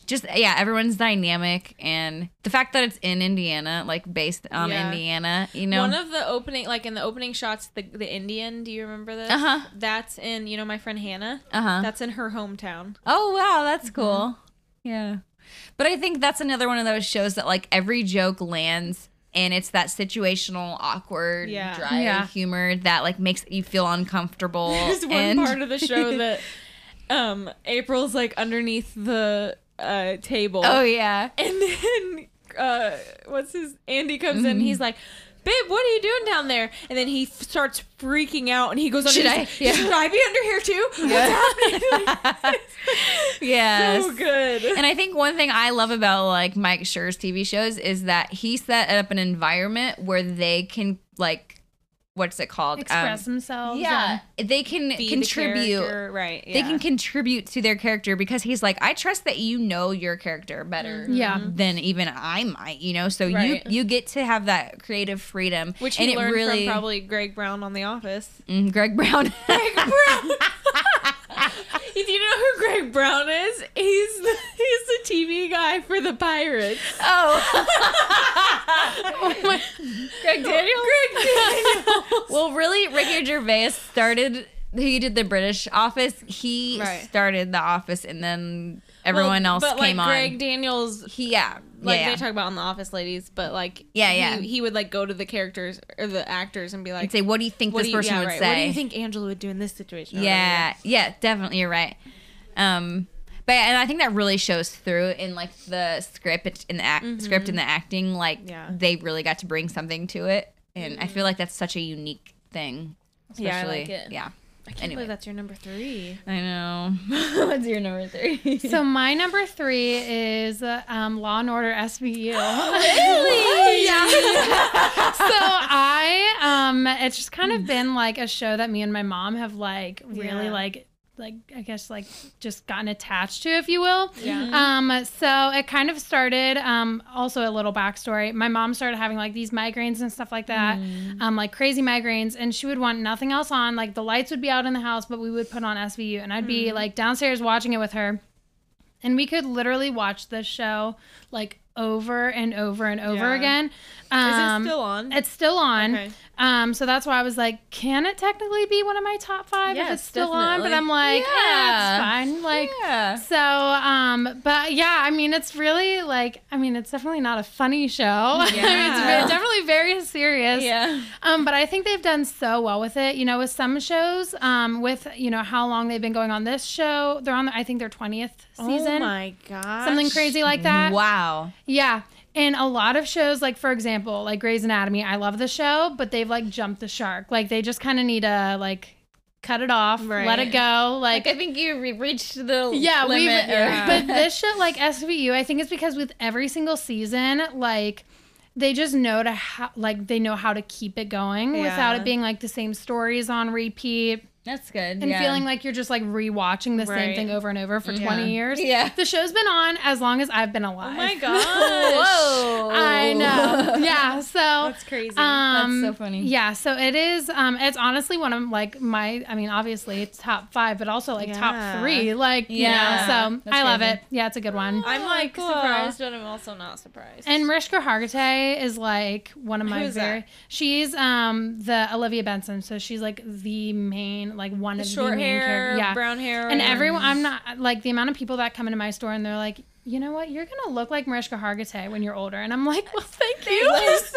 S3: just yeah everyone's dynamic and the fact that it's in indiana like based on
S2: Yeah.
S3: indiana you know
S2: One of the opening, like in the opening shots, the the Indian. Do you remember this?
S3: Uh-huh.
S2: That's in you know my friend Hannah.
S3: uh-huh
S2: That's Mm-hmm. in her hometown.
S3: oh wow that's cool yeah but i think that's another one of those shows that like every joke lands and it's that situational awkward
S2: Yeah.
S3: dry
S1: Yeah.
S3: humor that like makes you feel uncomfortable
S2: There's one
S3: and
S2: part of the show that um April's like underneath the uh table.
S3: oh yeah
S2: And then uh what's his Andy comes in
S3: Mm-hmm.
S2: and he's like Babe, what are you doing down there? And then he f- starts freaking out, and he goes, under
S3: Should
S2: his-
S3: I? Yeah.
S2: Should I be under here too?
S3: yes.
S2: so Oh, good.
S3: And I think one thing I love about like Mike Schur's TV shows is that he set up an environment where they can like what's it called? Um,
S1: Express themselves.
S3: yeah. They can
S2: Be the
S3: contribute.
S2: character, right?
S3: They
S2: yeah.
S3: can contribute to their character because he's like, I trust that you know your character better
S1: Yeah.
S3: than even I might, you know. So
S2: Mm-hmm. Right.
S3: you you get to have that creative freedom,
S2: which
S3: and
S2: he learned
S3: it really
S2: from probably Greg Brown on The Office.
S3: Mm, Greg Brown. Greg Brown.
S2: If you know who Greg Brown is, he's the, he's the TV guy for the Pirates.
S3: oh,
S2: Greg Daniel. Greg Daniel.
S3: Well, really, Ricky Gervais started. He did the British Office. He
S2: Right.
S3: started the Office, and then everyone else
S2: but
S3: came
S2: like
S3: on.
S2: Greg Daniels
S3: he, yeah,
S2: like
S3: yeah, yeah.
S2: they talk about on the office ladies but like
S3: Yeah,
S2: he,
S3: yeah.
S2: he would like go to the characters or the actors and be like
S3: I'd say, what do you think
S2: what
S3: this
S2: do you,
S3: person
S2: yeah,
S3: would
S2: right.
S3: say?
S2: what do you think angela would do in this situation or
S3: Yeah, yeah, definitely, you're right. Um, but and I think that really shows through in like the script it's- in the act, script and the acting. Like
S2: Mm-hmm. Yeah. Mm-hmm.
S3: they really got to bring something to it, and I feel like that's such a unique thing. Especially,
S2: Yeah, I like it.
S3: yeah.
S2: whatever. i can't
S3: Anyway.
S2: believe that's your number three
S3: I know. What's your number three?
S1: So my number three is uh, um, Law and Order SVU. so I um it's just kind of been like a show that me and my mom have like really
S2: Yeah.
S1: like like I guess like just gotten attached to, if you will.
S2: Yeah.
S1: Um. So it kind of started. Um. Also, a little backstory. My mom started having like these migraines and stuff like that.
S2: Mm.
S1: Um. Like crazy migraines, and she would want nothing else on. Like the lights would be out in the house, but we would put on SVU, and I'd
S2: Mm.
S1: be like downstairs watching it with her. And we could literally watch this show like over and over and over
S2: Yeah.
S1: again.
S2: is
S1: Um,
S2: it still on
S1: It's still on.
S2: Okay.
S1: Um, so that's why I was like, can it technically be one of my top five if
S2: Yes,
S1: it's still on? But
S2: definitely.
S1: I'm like, yeah,
S3: Yeah.
S1: it's fine. Like,
S3: Yeah.
S1: so, um, but yeah, I mean, it's really like, I mean, it's definitely not a funny show. I mean, it's
S2: Yeah.
S1: ve- definitely very serious.
S2: Yeah.
S1: Um, but I think they've done so well with it. You know, with some shows, um, with you know how long they've been going on this show, they're on. I think their twentieth season,
S2: Oh my god.
S1: something crazy like that.
S3: Wow.
S1: Yeah. And a lot of shows, like for example, like Grey's Anatomy, I love the show, but they've like jumped the shark. Like they just kind of need to like cut it off, let it
S2: Right.
S1: go.
S3: Like I think you re- reached the
S1: Yeah,
S3: limit.
S1: we've,
S3: or-
S2: yeah.
S1: but this shit like SVU, I think it's because with every single season, like they just know to how, like they know how to keep it going without
S2: Yeah.
S1: it being like the same stories on repeat
S3: that's good.
S1: and
S3: yeah.
S1: feeling like you're just like rewatching the same
S2: Right.
S1: thing over and over for 20 years.
S3: Yeah.
S1: The show's been on as long as I've been alive.
S2: Oh my god.
S3: Whoa.
S1: I know. Yeah, so
S2: Oh. That's crazy.
S1: um,
S3: so funny.
S1: Yeah, so it is. Um, it's honestly one of like my. I mean, obviously it's top five, but also like
S2: Yeah.
S1: top three. Like yeah,
S3: Yeah.
S1: so
S3: That's
S1: I love
S3: crazy.
S1: it. Yeah, it's a good one.
S2: I'm like
S1: Cool.
S2: surprised, but I'm also not surprised.
S1: oh And Mariska Hargitay is like one of my
S2: Who's
S1: very. She's um the Olivia Benson, so she's like the main, like one
S2: The
S1: of
S2: short
S1: the main
S2: hair,
S1: characters. Yeah,
S2: brown hair,
S1: and everyone. I'm not like the amount of people that come into my store and they're like, you know what, you're gonna look like Mariska Hargitay when you're older, and I'm like, well, thank you.
S3: Thank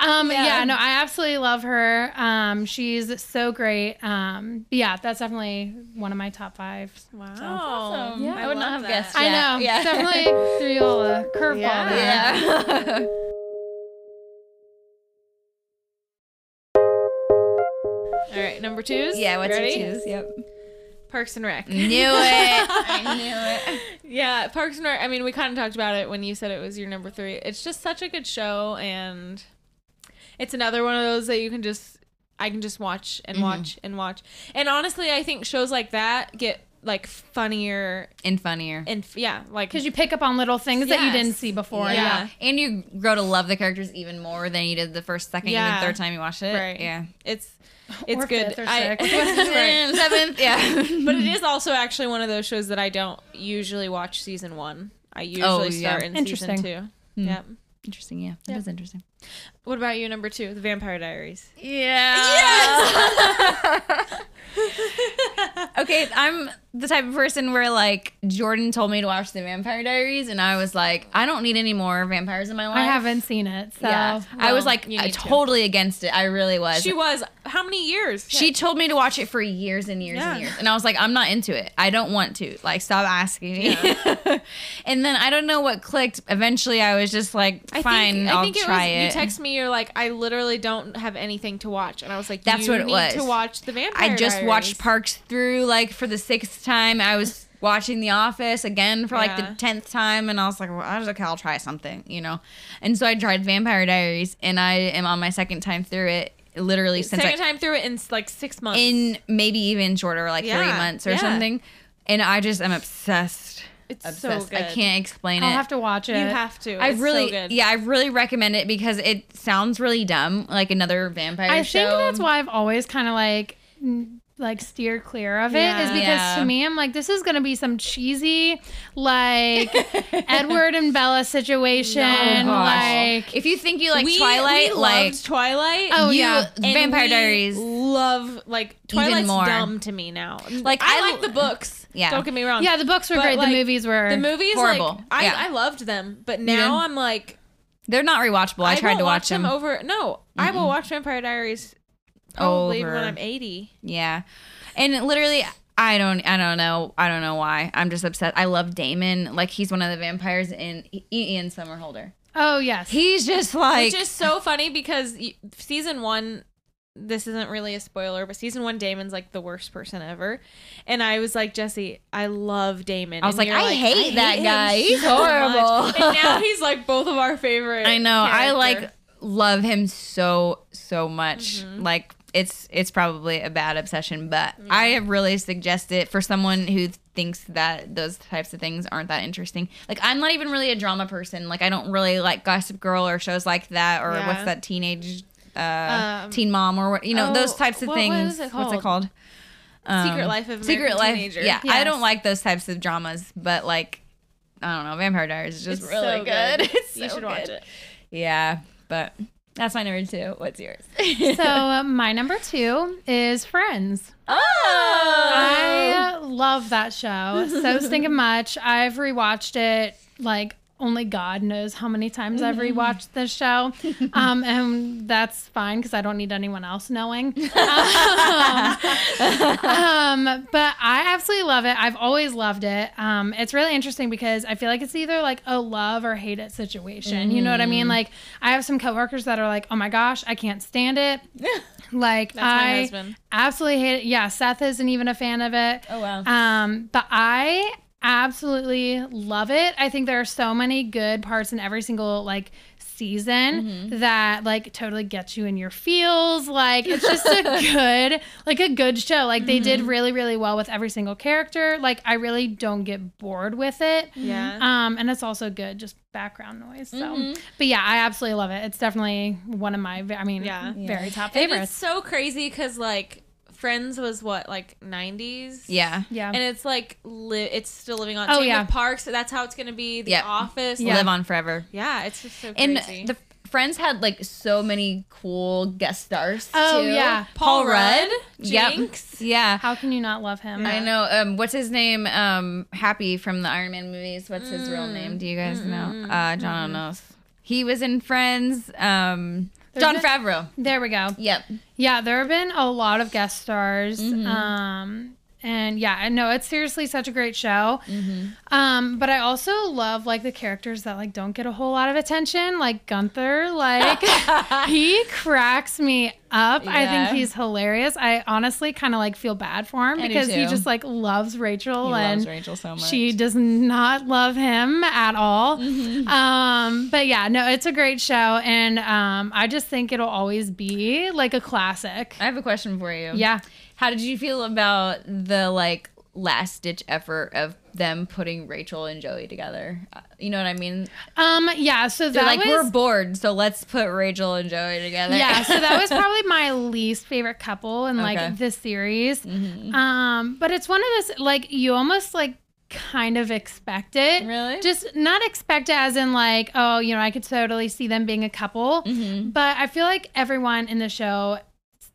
S1: um yeah.
S3: Yeah.
S1: no i absolutely love her um she's so great um but yeah that's definitely one of my top five
S2: Wow.
S3: awesome.
S1: Yeah.
S3: I would not have guessed.
S1: i
S3: Yeah,
S1: know
S3: yeah.
S1: definitely threw you all a curveball
S2: Yeah.
S1: there.
S3: Yeah.
S2: All right, number twos.
S3: yeah. What's
S2: Ready?
S3: your choose? Yep.
S2: Parks and Rec.
S3: Knew it. I knew it.
S2: Yeah, Parks and Rec. I mean, we kind of talked about it when you said it was your number three. It's just such a good show, and it's another one of those that you can just, I can just watch and watch and watch. And honestly, I think shows like that get like funnier
S3: And funnier.
S2: and f- yeah, like
S1: because you pick up on little things that you
S3: Yes.
S1: didn't see before yeah,
S2: Yeah.
S3: And you grow to love the characters even more than you did the first, second,
S2: Yeah.
S3: even third time you watched it.
S2: right.
S3: Yeah.
S2: it's it's
S1: Or
S2: good.
S1: fifth or
S2: I-
S1: sixth.
S2: Right.
S3: Seventh. Yeah.
S2: But it is also actually one of those shows that I don't usually watch season one. I usually
S3: yeah.
S2: start in season
S1: Interesting.
S2: two. Yep.
S3: interesting. Yeah. That is interesting.
S2: What about you, number two? The Vampire Diaries.
S3: Yeah. Yes. okay, I'm the type of person where like Jordan told me to watch The Vampire Diaries, and I was like, I don't need any more vampires in my life.
S1: i haven't seen it so
S3: Yeah. I was
S2: well,
S3: like
S2: you
S3: uh,
S2: need to.
S3: totally against it. I really was.
S2: She was how many years?
S3: She told me to watch it for years and years and
S2: Yeah.
S3: years. And I was like, I'm not into it. I don't want to. Like, stop asking me. and then I don't know what clicked. Eventually, I was just like,
S2: I
S3: fine,
S2: think,
S3: I'll
S2: I think it was,
S3: try it.
S2: You text me, you're like, I literally don't have anything to watch, and I was like,
S3: That's
S2: you
S3: what it
S2: need
S3: was.
S2: To watch the Vampire.
S3: I just
S2: Diaries.
S3: watched Parks through, like, for the sixth time. I was watching The Office again for like
S2: Yeah.
S3: the tenth time. And I was like, well, I was like, I'll try something, you know? And so I tried Vampire Diaries, and I am on my second time through it, literally since I
S2: second time through it in like six months.
S3: in maybe even shorter, like three
S2: Yeah,
S3: months or
S2: yeah.
S3: something. And I just am obsessed.
S2: It's so
S3: Obsessed. I
S2: good.
S3: can't explain
S1: i'll
S3: it.
S1: have to watch
S2: You
S1: it
S2: have to.
S3: I
S2: It's so
S3: really,
S2: good.
S3: yeah, I really recommend it because it sounds really dumb, like another vampire
S1: i
S3: show.
S1: think that's why i've always kind of like n- like steer clear of it is
S2: Yeah.
S1: because
S3: Yeah.
S1: to me i'm like this is gonna be some cheesy like edward and bella situation
S3: Oh, gosh.
S1: like
S3: if you think you like
S2: We-
S3: Twilight,
S2: we
S3: like
S2: loved Twilight.
S1: Oh,
S3: you,
S1: yeah.
S2: and
S3: Vampire
S2: we
S3: Diaries,
S2: Love like Twilight's
S3: more.
S2: dumb to me now.
S3: Like,
S2: I,
S3: I-
S2: like the books.
S3: Yeah.
S2: Don't get me wrong.
S1: Yeah, the books were
S2: Um, But,
S1: great.
S2: like,
S1: the movies were.
S2: the movies
S3: Horrible.
S2: Like, I
S3: Yeah.
S2: I loved them, but
S3: didn't?
S2: now I'm like
S3: they're not rewatchable. I, tried
S2: won't
S3: to watch, them.
S2: over. No, I will watch Vampire Diaries probably even when
S3: Over.
S2: I'm 80.
S3: Yeah, and literally, I don't, I don't know, I don't know why. I'm just upset. I love Damon. Like he's one of the vampires in I- Ian Somerhalder.
S1: oh yes.
S3: He's just like
S2: Which is so funny because y- season one, this isn't really a spoiler, but season one, Damon's like the worst person ever. And I was like, Jesse, I love Damon.
S3: I was
S2: And
S3: like,
S2: you're
S3: I hate that
S2: him
S3: guy. He's
S2: much."
S3: horrible.
S2: and now he's like both of our favorite.
S3: I know. I like
S2: character.
S3: love him so so much.
S2: Mm-hmm.
S3: Like it's it's probably a bad obsession, but I really suggest it for someone who thinks that those types of things aren't that interesting. Like I'm not even really a drama person. Like I don't really like Gossip Girl or shows like that or
S2: Yeah.
S3: what's that teenage uh,
S2: Um,
S3: Teen Mom or what you know
S2: oh,
S3: those types of
S2: what- what
S3: things.
S2: is it
S3: What's it
S2: called?
S3: called? Um,
S2: Secret Life of
S3: Secret
S2: American
S3: Life.
S2: Teenager.
S3: Yeah, I
S1: Yes.
S3: don't like those types of dramas, but like. I don't know. Vampire Diaries is just
S2: It's
S3: really
S2: so
S3: good. It's
S2: you
S3: so
S2: should watch
S3: good.
S2: it.
S3: Yeah, but That's my number two. What's yours?
S1: So uh, my number two is Friends.
S3: Uh,
S1: I love that show so stinking much. I've rewatched it like only God knows how many times I've
S2: Mm-hmm.
S1: rewatched this show. Um, and that's fine because I don't need anyone else knowing. Um, but I absolutely love it. I've always loved it. Um, it's really interesting because I feel like it's either like a love or hate it situation. You know what I
S2: Mm-hmm.
S1: mean? Like I have some coworkers that are like, oh my gosh, I can't stand it. Like
S2: my
S1: I
S2: husband.
S1: absolutely hate it. Yeah, Seth isn't even a fan of it.
S3: Oh, wow.
S1: Um, but I absolutely love it. I think there are so many good parts in every single like season
S2: Mm-hmm.
S1: that like totally gets you in your feels. Like it's just a good like a good show. Like they did
S2: Mm-hmm.
S1: really really well with every single character. Like I really don't get bored with it.
S3: Mm-hmm.
S2: Yeah.
S1: Um, and it's also good, just background noise. So,
S2: Mm-hmm.
S1: but yeah, I absolutely love it. It's definitely one of my, ve- I mean,
S2: Yeah.
S1: very top
S2: And it's
S1: favorites.
S2: so crazy because like Friends was what like 90s.
S3: Yeah.
S1: Yeah,
S2: And it's like li- it's still living on.
S1: Oh,
S2: Same with
S1: yeah.
S2: Parks. That's how it's gonna be. The
S3: Yep.
S2: Office.
S1: Yeah.
S2: Yeah.
S3: Live on forever.
S2: yeah. It's just so
S3: And
S2: crazy.
S3: the Friends had like so many cool guest stars.
S1: Oh,
S3: too.
S1: yeah.
S2: Paul Rudd,
S3: Yep.
S2: Jinx.
S3: Yeah.
S1: how can you not love him?
S3: I know. Um, what's his name? Um, Happy from the Iron Man movies. What's his real name? Do you guys know? Uh, John knows. He was in Friends. Um,
S1: There's
S3: John
S1: no-
S3: Favreau.
S1: There we go.
S3: Yep.
S1: Yeah, there have been a lot of guest stars.
S3: Mm-hmm.
S1: Um, and yeah, I know it's seriously such a great show.
S3: Mm-hmm.
S1: Um, but I also love like the characters that like don't get a whole lot of attention, like Gunther. Like he cracks me up. I
S3: Yeah.
S1: think he's hilarious. I honestly kind of like feel bad for him
S3: I do
S1: because he
S3: too.
S1: just like loves Rachel and
S3: Rachel so
S1: she does not love him at all.
S3: Mm-hmm.
S1: Um, but yeah, no, it's a great show, and um, I just think it'll always be like a classic.
S3: I have a question for you.
S1: Yeah.
S3: How did you feel about the like last ditch effort of them putting Rachel and Joey together? Uh, You know what I mean?
S1: Um. Yeah. So
S3: They're
S1: that
S3: like,
S1: was
S3: we're bored, so let's put Rachel and Joey together.
S1: yeah. So that was probably my least favorite couple in like
S3: Okay. Mm-hmm.
S1: this series. Um. But it's one of those like you almost like kind of expect it.
S3: Really?
S1: Just not expect it as in like oh you know I could totally see them being a couple,
S3: Mm-hmm.
S1: but I feel like everyone in the show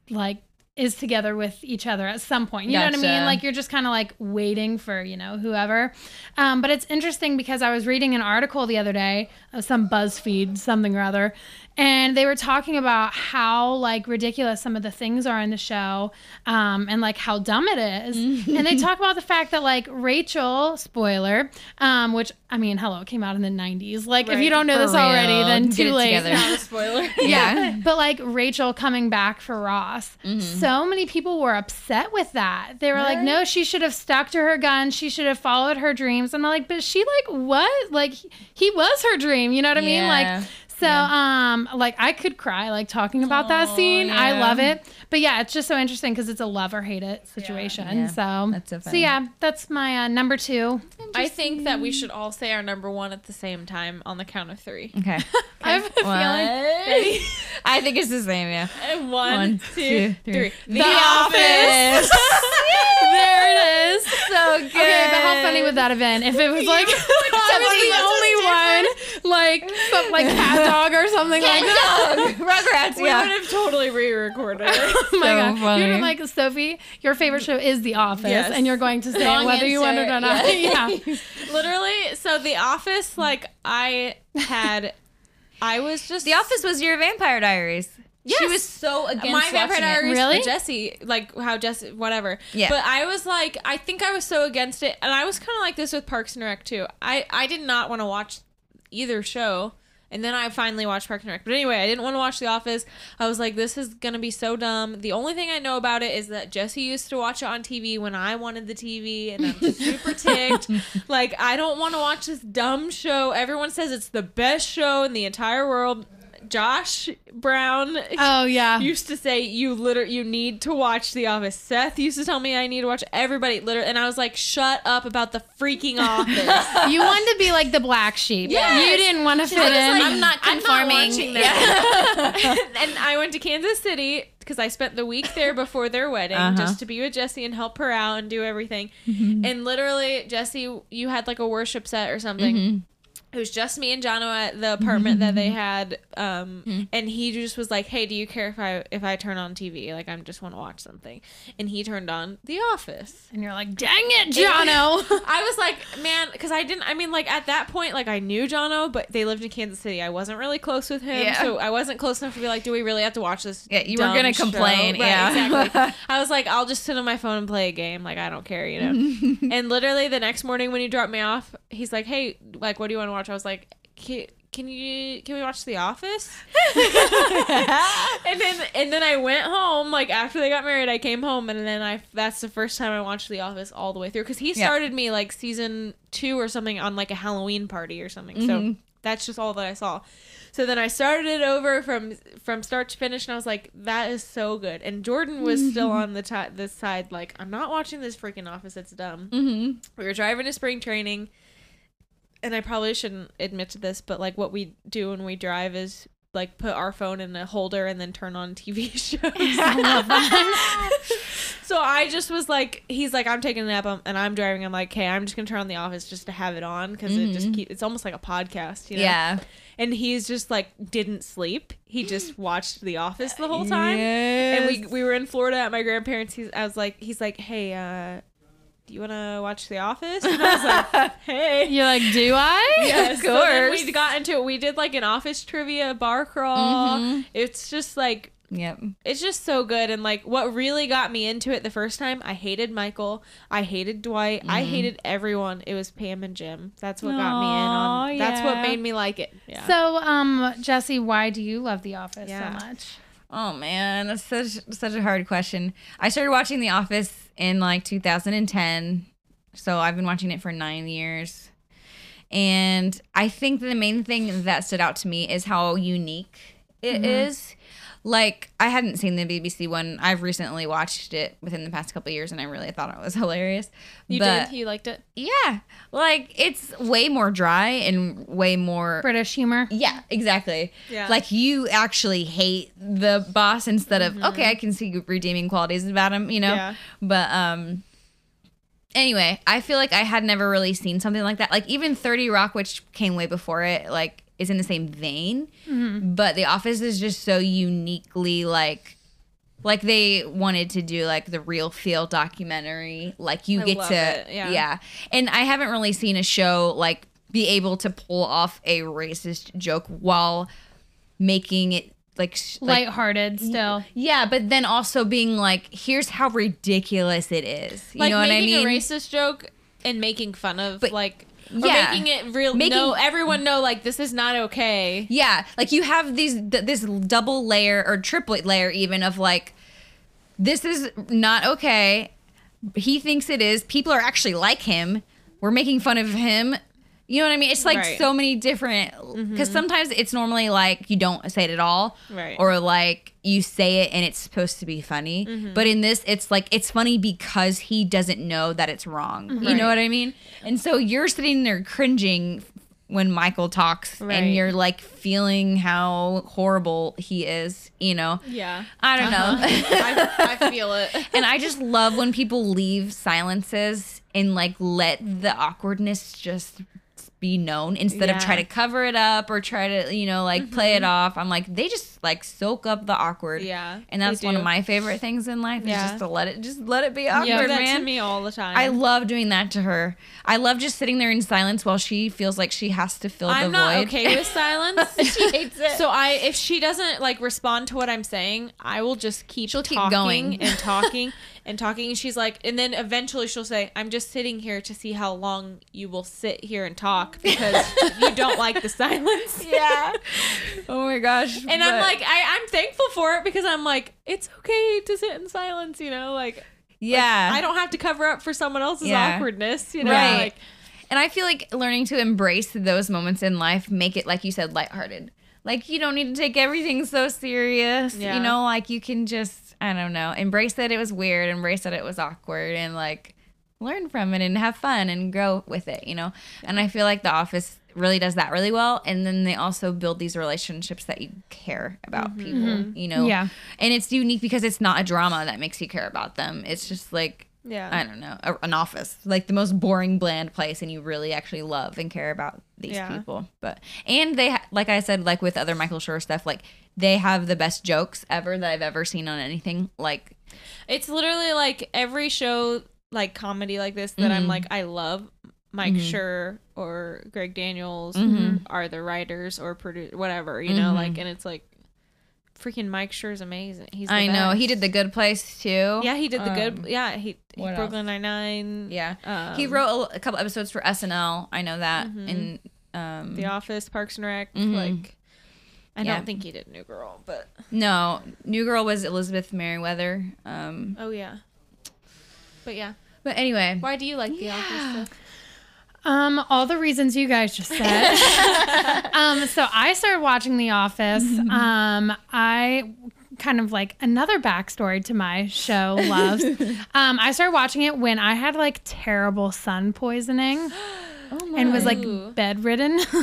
S1: like is together with each other at some point. You know what I mean?
S3: Gotcha.
S1: Like you're just kind of like waiting for, you know, whoever. Um, but it's interesting because I was reading an article the other day, uh, some BuzzFeed something or other, and they were talking about how like ridiculous some of the things are in the show um, and like how dumb it is.
S3: Mm.
S1: and they talk about the fact that like Rachel, spoiler, um, which I mean, hello, it came out in the 90s. Like if you
S2: Right.
S1: don't know
S3: For
S1: this already,
S3: real.
S1: then
S3: Get
S1: too
S3: it
S1: late.
S3: together.
S2: Not a spoiler.
S1: Yeah. But like Rachel coming back for Ross,
S3: Mm-hmm.
S1: so many people were upset with that. They were like, no, she should have stuck to her gun. She should have followed her dreams. And I'm like, but she like was like, he- he was her dream. You know what I mean?
S3: Yeah.
S1: Like, so, um, like I could cry like talking about that scene. I
S3: Oh, yeah.
S1: love it. But yeah, it's just so interesting because it's a love or hate it situation.
S3: Yeah.
S1: So,
S3: That's so
S1: so
S3: funny.
S1: yeah, that's my uh, number two.
S2: I think that we should all say our number one at the same time on the count of three.
S3: Okay.
S1: I have a feeling
S3: What? I think it's the same, yeah.
S2: And
S3: One,
S2: one, two,
S3: two,
S2: three.
S3: three.
S2: The,
S3: Office.
S1: there it is.
S3: so good.
S1: Okay, but how funny would that have been if it was like I was the only one, like some like cat dog or something like that.
S3: Dog. Rugrats,
S2: We would
S3: yeah.
S2: have totally re-recorded. it.
S1: Oh my
S3: So
S1: god,
S3: funny.
S1: you'd have been like Sophie, your favorite show is The Office,
S2: Yes.
S1: and you're going to say
S3: Wrong
S1: it whether you want it
S3: answer,
S1: or not. Yeah,
S2: Literally, so The Office, like I had, I was just
S3: The Office was your Vampire Diaries. She
S2: Yes.
S3: was so against
S2: My Vampire
S3: watching it.
S1: Really?
S2: Diaries, really? Jesse, like how Jesse, whatever.
S3: Yeah.
S2: But I was like, I think I was so against it, and I was kind of like this with Parks and Rec too. I I did not want to watch either show, and then I finally watched Parks and Rec. But anyway, I didn't want to watch The Office. I was like, this is gonna be so dumb. The only thing I know about it is that Jesse used to watch it on TV when I wanted the TV, and I'm super ticked. Like I don't want to watch this dumb show. Everyone says it's the best show in the entire world. Josh Brown
S1: oh yeah,
S2: used to say you liter you need to watch The Office. Seth used to tell me I need to watch everybody liter and I was like, shut up about the freaking office.
S1: you wanted to be like the black sheep.
S2: Yes.
S1: you didn't want to fit in.
S3: um, I'm not
S2: I'm
S3: conforming.
S2: not watching that. and I went to Kansas City because I spent the week there before their wedding
S3: Uh-huh.
S2: just to be with Jesse and help her out and do everything. and literally, Jesse, you had like a worship set or something. it was just me and Jono at the apartment that they had, um, and he just was like, "Hey, do you care if I if I turn on TV? Like, I am just want to watch something." And he turned on The Office.
S1: And you're like, dang it, Jono.
S2: I was like, "Man," because I didn't. I mean, like at that point, like I knew Jono, but they lived in Kansas City. I wasn't really close with him,
S3: Yeah.
S2: so I wasn't close enough to be like, "Do we really have to watch this?"
S3: Yeah, you were
S2: dumb
S3: gonna
S2: show?"
S3: complain,
S2: Right,
S3: yeah.
S2: exactly. I was like, "I'll just sit on my phone and play a game. Like, I don't care," you know. And literally the next morning when he dropped me off, he's like, "Hey, like, what do you want to watch?" I was like, "Can, can you can we watch The Office?" and then and then I went home. Like after they got married, I came home, and then I that's the first time I watched The Office all the way through because he
S3: Yeah.
S2: started me like season two or something on like a Halloween party or something. So that's just all that I saw. So then I started it over from from start to finish, and I was like, "That is so good." And Jordan was still on the ti this side, like, "I'm not watching this freaking Office. It's dumb."
S3: Mm-hmm.
S2: we were driving to spring training and i probably shouldn't admit to this but like what we do when we drive is like put our phone in a holder and then turn on tv shows so i just was like he's like i'm taking a nap um, and i'm driving i'm like okay i'm just gonna turn on the office just to have it on because it just keep, it's almost like a podcast you know?
S3: Yeah.
S2: and he's just like didn't sleep he just watched the office the
S3: Uh,
S2: whole time and we we were in Florida at my grandparents. He's I was like he's like, hey, uh, do you want to watch The Office? And I was like, hey.
S1: You're like, do I?
S2: Yes. So then we got into it. We did like an office trivia bar crawl.
S1: Mm-hmm.
S2: It's just like
S3: Yep.
S2: it's just so good and like what really got me into it the first time i hated michael i hated dwight
S1: Mm-hmm.
S2: i hated everyone it was pam and jim that's what got me in on
S1: Aw,
S2: that's what
S1: yeah.
S2: made me like it yeah
S1: So, um, Jesse, why do you love The Office
S2: Yeah.
S1: so much?
S3: Oh man, that's such such a hard question. I started watching The Office in like 2010, so I've been watching it for nine years. And I think the main thing that stood out to me is how unique it is.
S2: Mm-hmm.
S3: Like I hadn't seen the BBC one. I've recently watched it within the past couple of years, and I really thought it was hilarious.
S2: you
S3: but
S2: did you liked it
S3: yeah, like it's way more dry and way more
S1: British humor.
S3: yeah, exactly.
S2: Yeah.
S3: Like you actually hate the boss instead of okay, I can see redeeming qualities about him, you know.
S2: Mm-hmm. Yeah.
S3: But um anyway, I feel like I had never really seen something like that. Like even 30 Rock which came way before it, like is in the same vein,
S2: Mm-hmm.
S3: but The Office is just so uniquely like like they wanted to do like the real feel documentary like you
S2: I
S3: get
S2: love
S3: to
S2: it, yeah.
S3: yeah and i haven't really seen a show like be able to pull off a racist joke while making it like, s- like
S1: Lighthearted still.
S3: yeah but then also being like here's how ridiculous it is you
S2: like
S3: know what i
S2: making
S3: mean
S2: a racist joke and making fun of
S3: But-
S2: like or
S3: yeah.
S2: making it real
S3: Making-
S2: no everyone know like this is not okay
S3: Yeah, like you have these th- this double layer or triple layer even of like this is not okay. He thinks it is. People are actually like him. We're making fun of him. You know what I mean? It's like
S2: Right. Mm-hmm.
S3: so many different because sometimes it's normally like you don't say it at all,
S2: Right.
S3: Or like you say it and it's supposed to be funny,
S2: Mm-hmm.
S3: but in this it's like it's funny because he doesn't know that it's wrong. You know
S2: Right.
S3: what I mean? And so you're sitting there cringing when Michael talks
S2: Right.
S3: and you're like feeling how horrible he is, you know?
S2: yeah
S3: I don't know.
S2: Uh-huh. I, I feel it
S3: and I just love when people leave silences and like let the awkwardness just be known instead
S2: Yeah. Mm-hmm.
S3: of try to cover it up or try to, you know, like play it off. I'm like, they just like soak up the awkward.
S2: Yeah,
S3: And
S2: they
S3: that's one of
S2: do.
S3: my favorite things in life
S2: Yeah.
S3: is just to let it, just let it be awkward,
S2: yeah that
S3: man.
S2: to me all the time
S3: I love doing that to her. I love just sitting there in silence while she feels like she has to fill
S2: I'm
S3: the
S2: not
S3: void.
S2: okay with silence.
S3: She hates it.
S2: So I, if she doesn't like respond to what I'm saying, I will just keep
S3: She'll keep
S2: talking
S3: going.
S2: and talking and talking. And she's like, and then eventually she'll say, "I'm just sitting here to see how long you will sit here and talk because you don't like the silence."
S3: yeah. Oh my gosh.
S2: And I'm like, I, I'm thankful for it because I'm like, it's okay to sit in silence, you know, like
S3: yeah.
S2: I don't have to cover up for someone else's
S3: Yeah.
S2: awkwardness, you know,
S3: Right.
S2: like
S3: and I feel like learning to embrace those moments in life, make it like you said, lighthearted. Like you don't need to take everything so serious.
S2: Yeah.
S3: You know, like you can just I don't know, embrace that it was weird, embrace that it was awkward, and like learn from it and have fun and grow with it. You know, and I feel like The Office really does that really well and then they also build these relationships that you care about
S2: Mm-hmm.
S3: people you know
S1: Yeah.
S3: and it's unique because it's not a drama that makes you care about them it's just like
S2: Yeah.
S3: I don't know, a, an office, like the most boring, bland place, and you really actually love and care about these
S2: Yeah.
S3: people. But and they, ha- like I said, like with other Michael Schur stuff, like they have the best jokes ever that I've ever seen on anything. Like
S2: It's literally like every show, like comedy like this, that
S3: Mm-hmm.
S2: I'm like, I love. Mike Schur or Greg Daniels
S3: Mm-hmm.
S2: are the writers or produce whatever you know, like, and it's like, freaking Mike Schur is amazing. He's the
S3: I know he
S2: best.
S3: did the Good Place too.
S2: Yeah, he did the
S3: Um,
S2: good. Yeah, he, he
S3: what
S2: Brooklyn Nine Nine.
S3: yeah. he
S2: um, Mm-hmm.
S3: wrote a, a couple episodes for SNL. I know that. And um,
S1: Mm-hmm.
S2: The Office, Parks and Rec.
S3: Mhm.
S2: Like, I
S3: Yeah.
S2: don't think he did New Girl, but
S3: no, New Girl was Elizabeth Merriweather. Um,
S2: oh yeah, but yeah.
S3: but anyway,
S2: Why do you like The Office? Stuff?
S1: Um, all the reasons you guys just said. um, so I started watching The Office.
S3: Mm-hmm.
S1: Um, I kind of like another backstory to my show loves. um, I started watching it when I had like terrible sun poisoning
S3: Oh
S1: and was like
S2: Ooh.
S1: bedridden.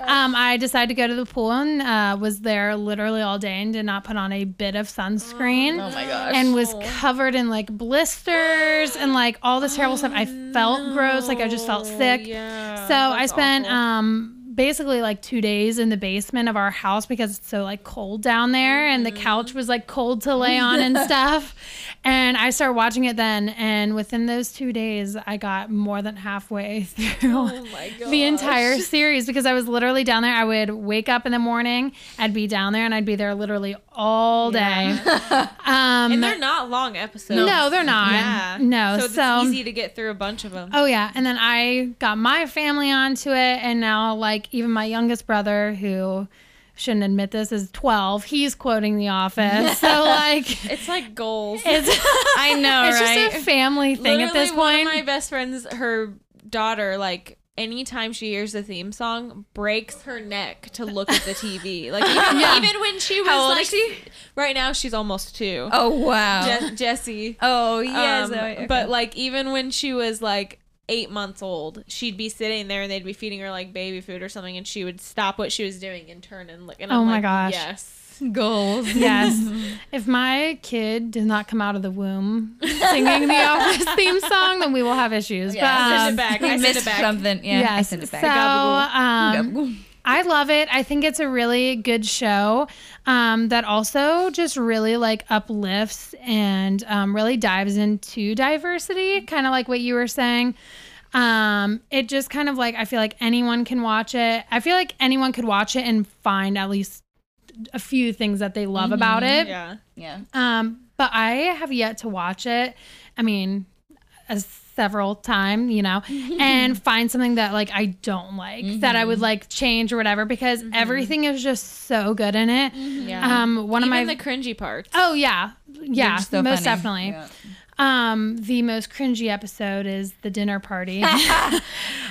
S1: um, I decided to go to the pool and uh, was there literally all day and did not put on a bit of sunscreen
S3: oh my gosh,
S1: and was covered in like blisters and like all this terrible stuff. I felt gross, like I just felt
S2: Oh,
S1: sick.
S2: Yeah,
S1: so I
S2: that's
S1: spent
S2: awful.
S1: um basically like 2 days in the basement of our house because it's so like cold down there and the couch
S2: Mm-hmm.
S1: was like cold to lay on and stuff. And I started watching it then and within those 2 days I got more than halfway through
S2: oh my god
S1: the entire series because I was literally down there. I would wake up in the morning, I'd be down there, and I'd be there literally all day. Um,
S2: And they're not long episodes.
S1: no, they're not.
S2: Yeah.
S1: No,
S2: So
S1: so.
S2: it's easy to get through a bunch of them.
S1: Oh yeah, and then I got my family onto it, and now like even my youngest brother, who shouldn't admit this, is twelve. He's quoting The Office, so like
S2: It's like goals.
S1: it's
S3: I know,
S1: it's
S3: right?
S1: just a family thing at this
S2: Literally,
S1: point.
S2: One of my best friends, her daughter, like anytime she hears the theme song, breaks her neck to look at the TV. Like even, even when she was
S3: How old
S2: like,
S3: is Oh, she?
S2: right now she's almost two.
S3: Oh wow.
S2: Je- Jessie.
S3: oh yes.
S2: Um, But like even when she was like eight months old, she'd be sitting there and they'd be feeding her like baby food or something, and she would stop what she was doing and turn and look. And
S1: Oh
S2: I'm
S1: my
S2: like,
S1: gosh.
S2: yes.
S3: goals.
S1: yes, if my kid does not come out of the womb singing The Office theme song, then we will have issues.
S3: Yeah.
S2: Send
S1: but,
S2: it back.
S3: We
S2: I sent
S3: missed
S2: it back.
S3: something. Yeah, I
S1: yes,
S3: sent it back.
S1: so
S2: Gabagool.
S1: um,
S3: Gabagool.
S1: I love it. I think it's a really good show um, that also just really like uplifts and um, really dives into diversity, kind of like what you were saying. Um, it just kind of like I feel like anyone can watch it. I feel like anyone could watch it and find at least a few things that they love about it.
S2: Yeah.
S3: yeah.
S1: Um, but I have yet to watch it. I mean, a several time, you know, and find something that like I don't like that I would like change or whatever because everything is just so good in it.
S2: Yeah.
S1: Um, one
S2: Even
S1: of my
S2: the cringy parts.
S1: oh yeah, yeah,
S3: It's so
S1: most
S3: funny.
S1: definitely.
S3: Yeah.
S1: Um, the most cringy episode is the dinner party.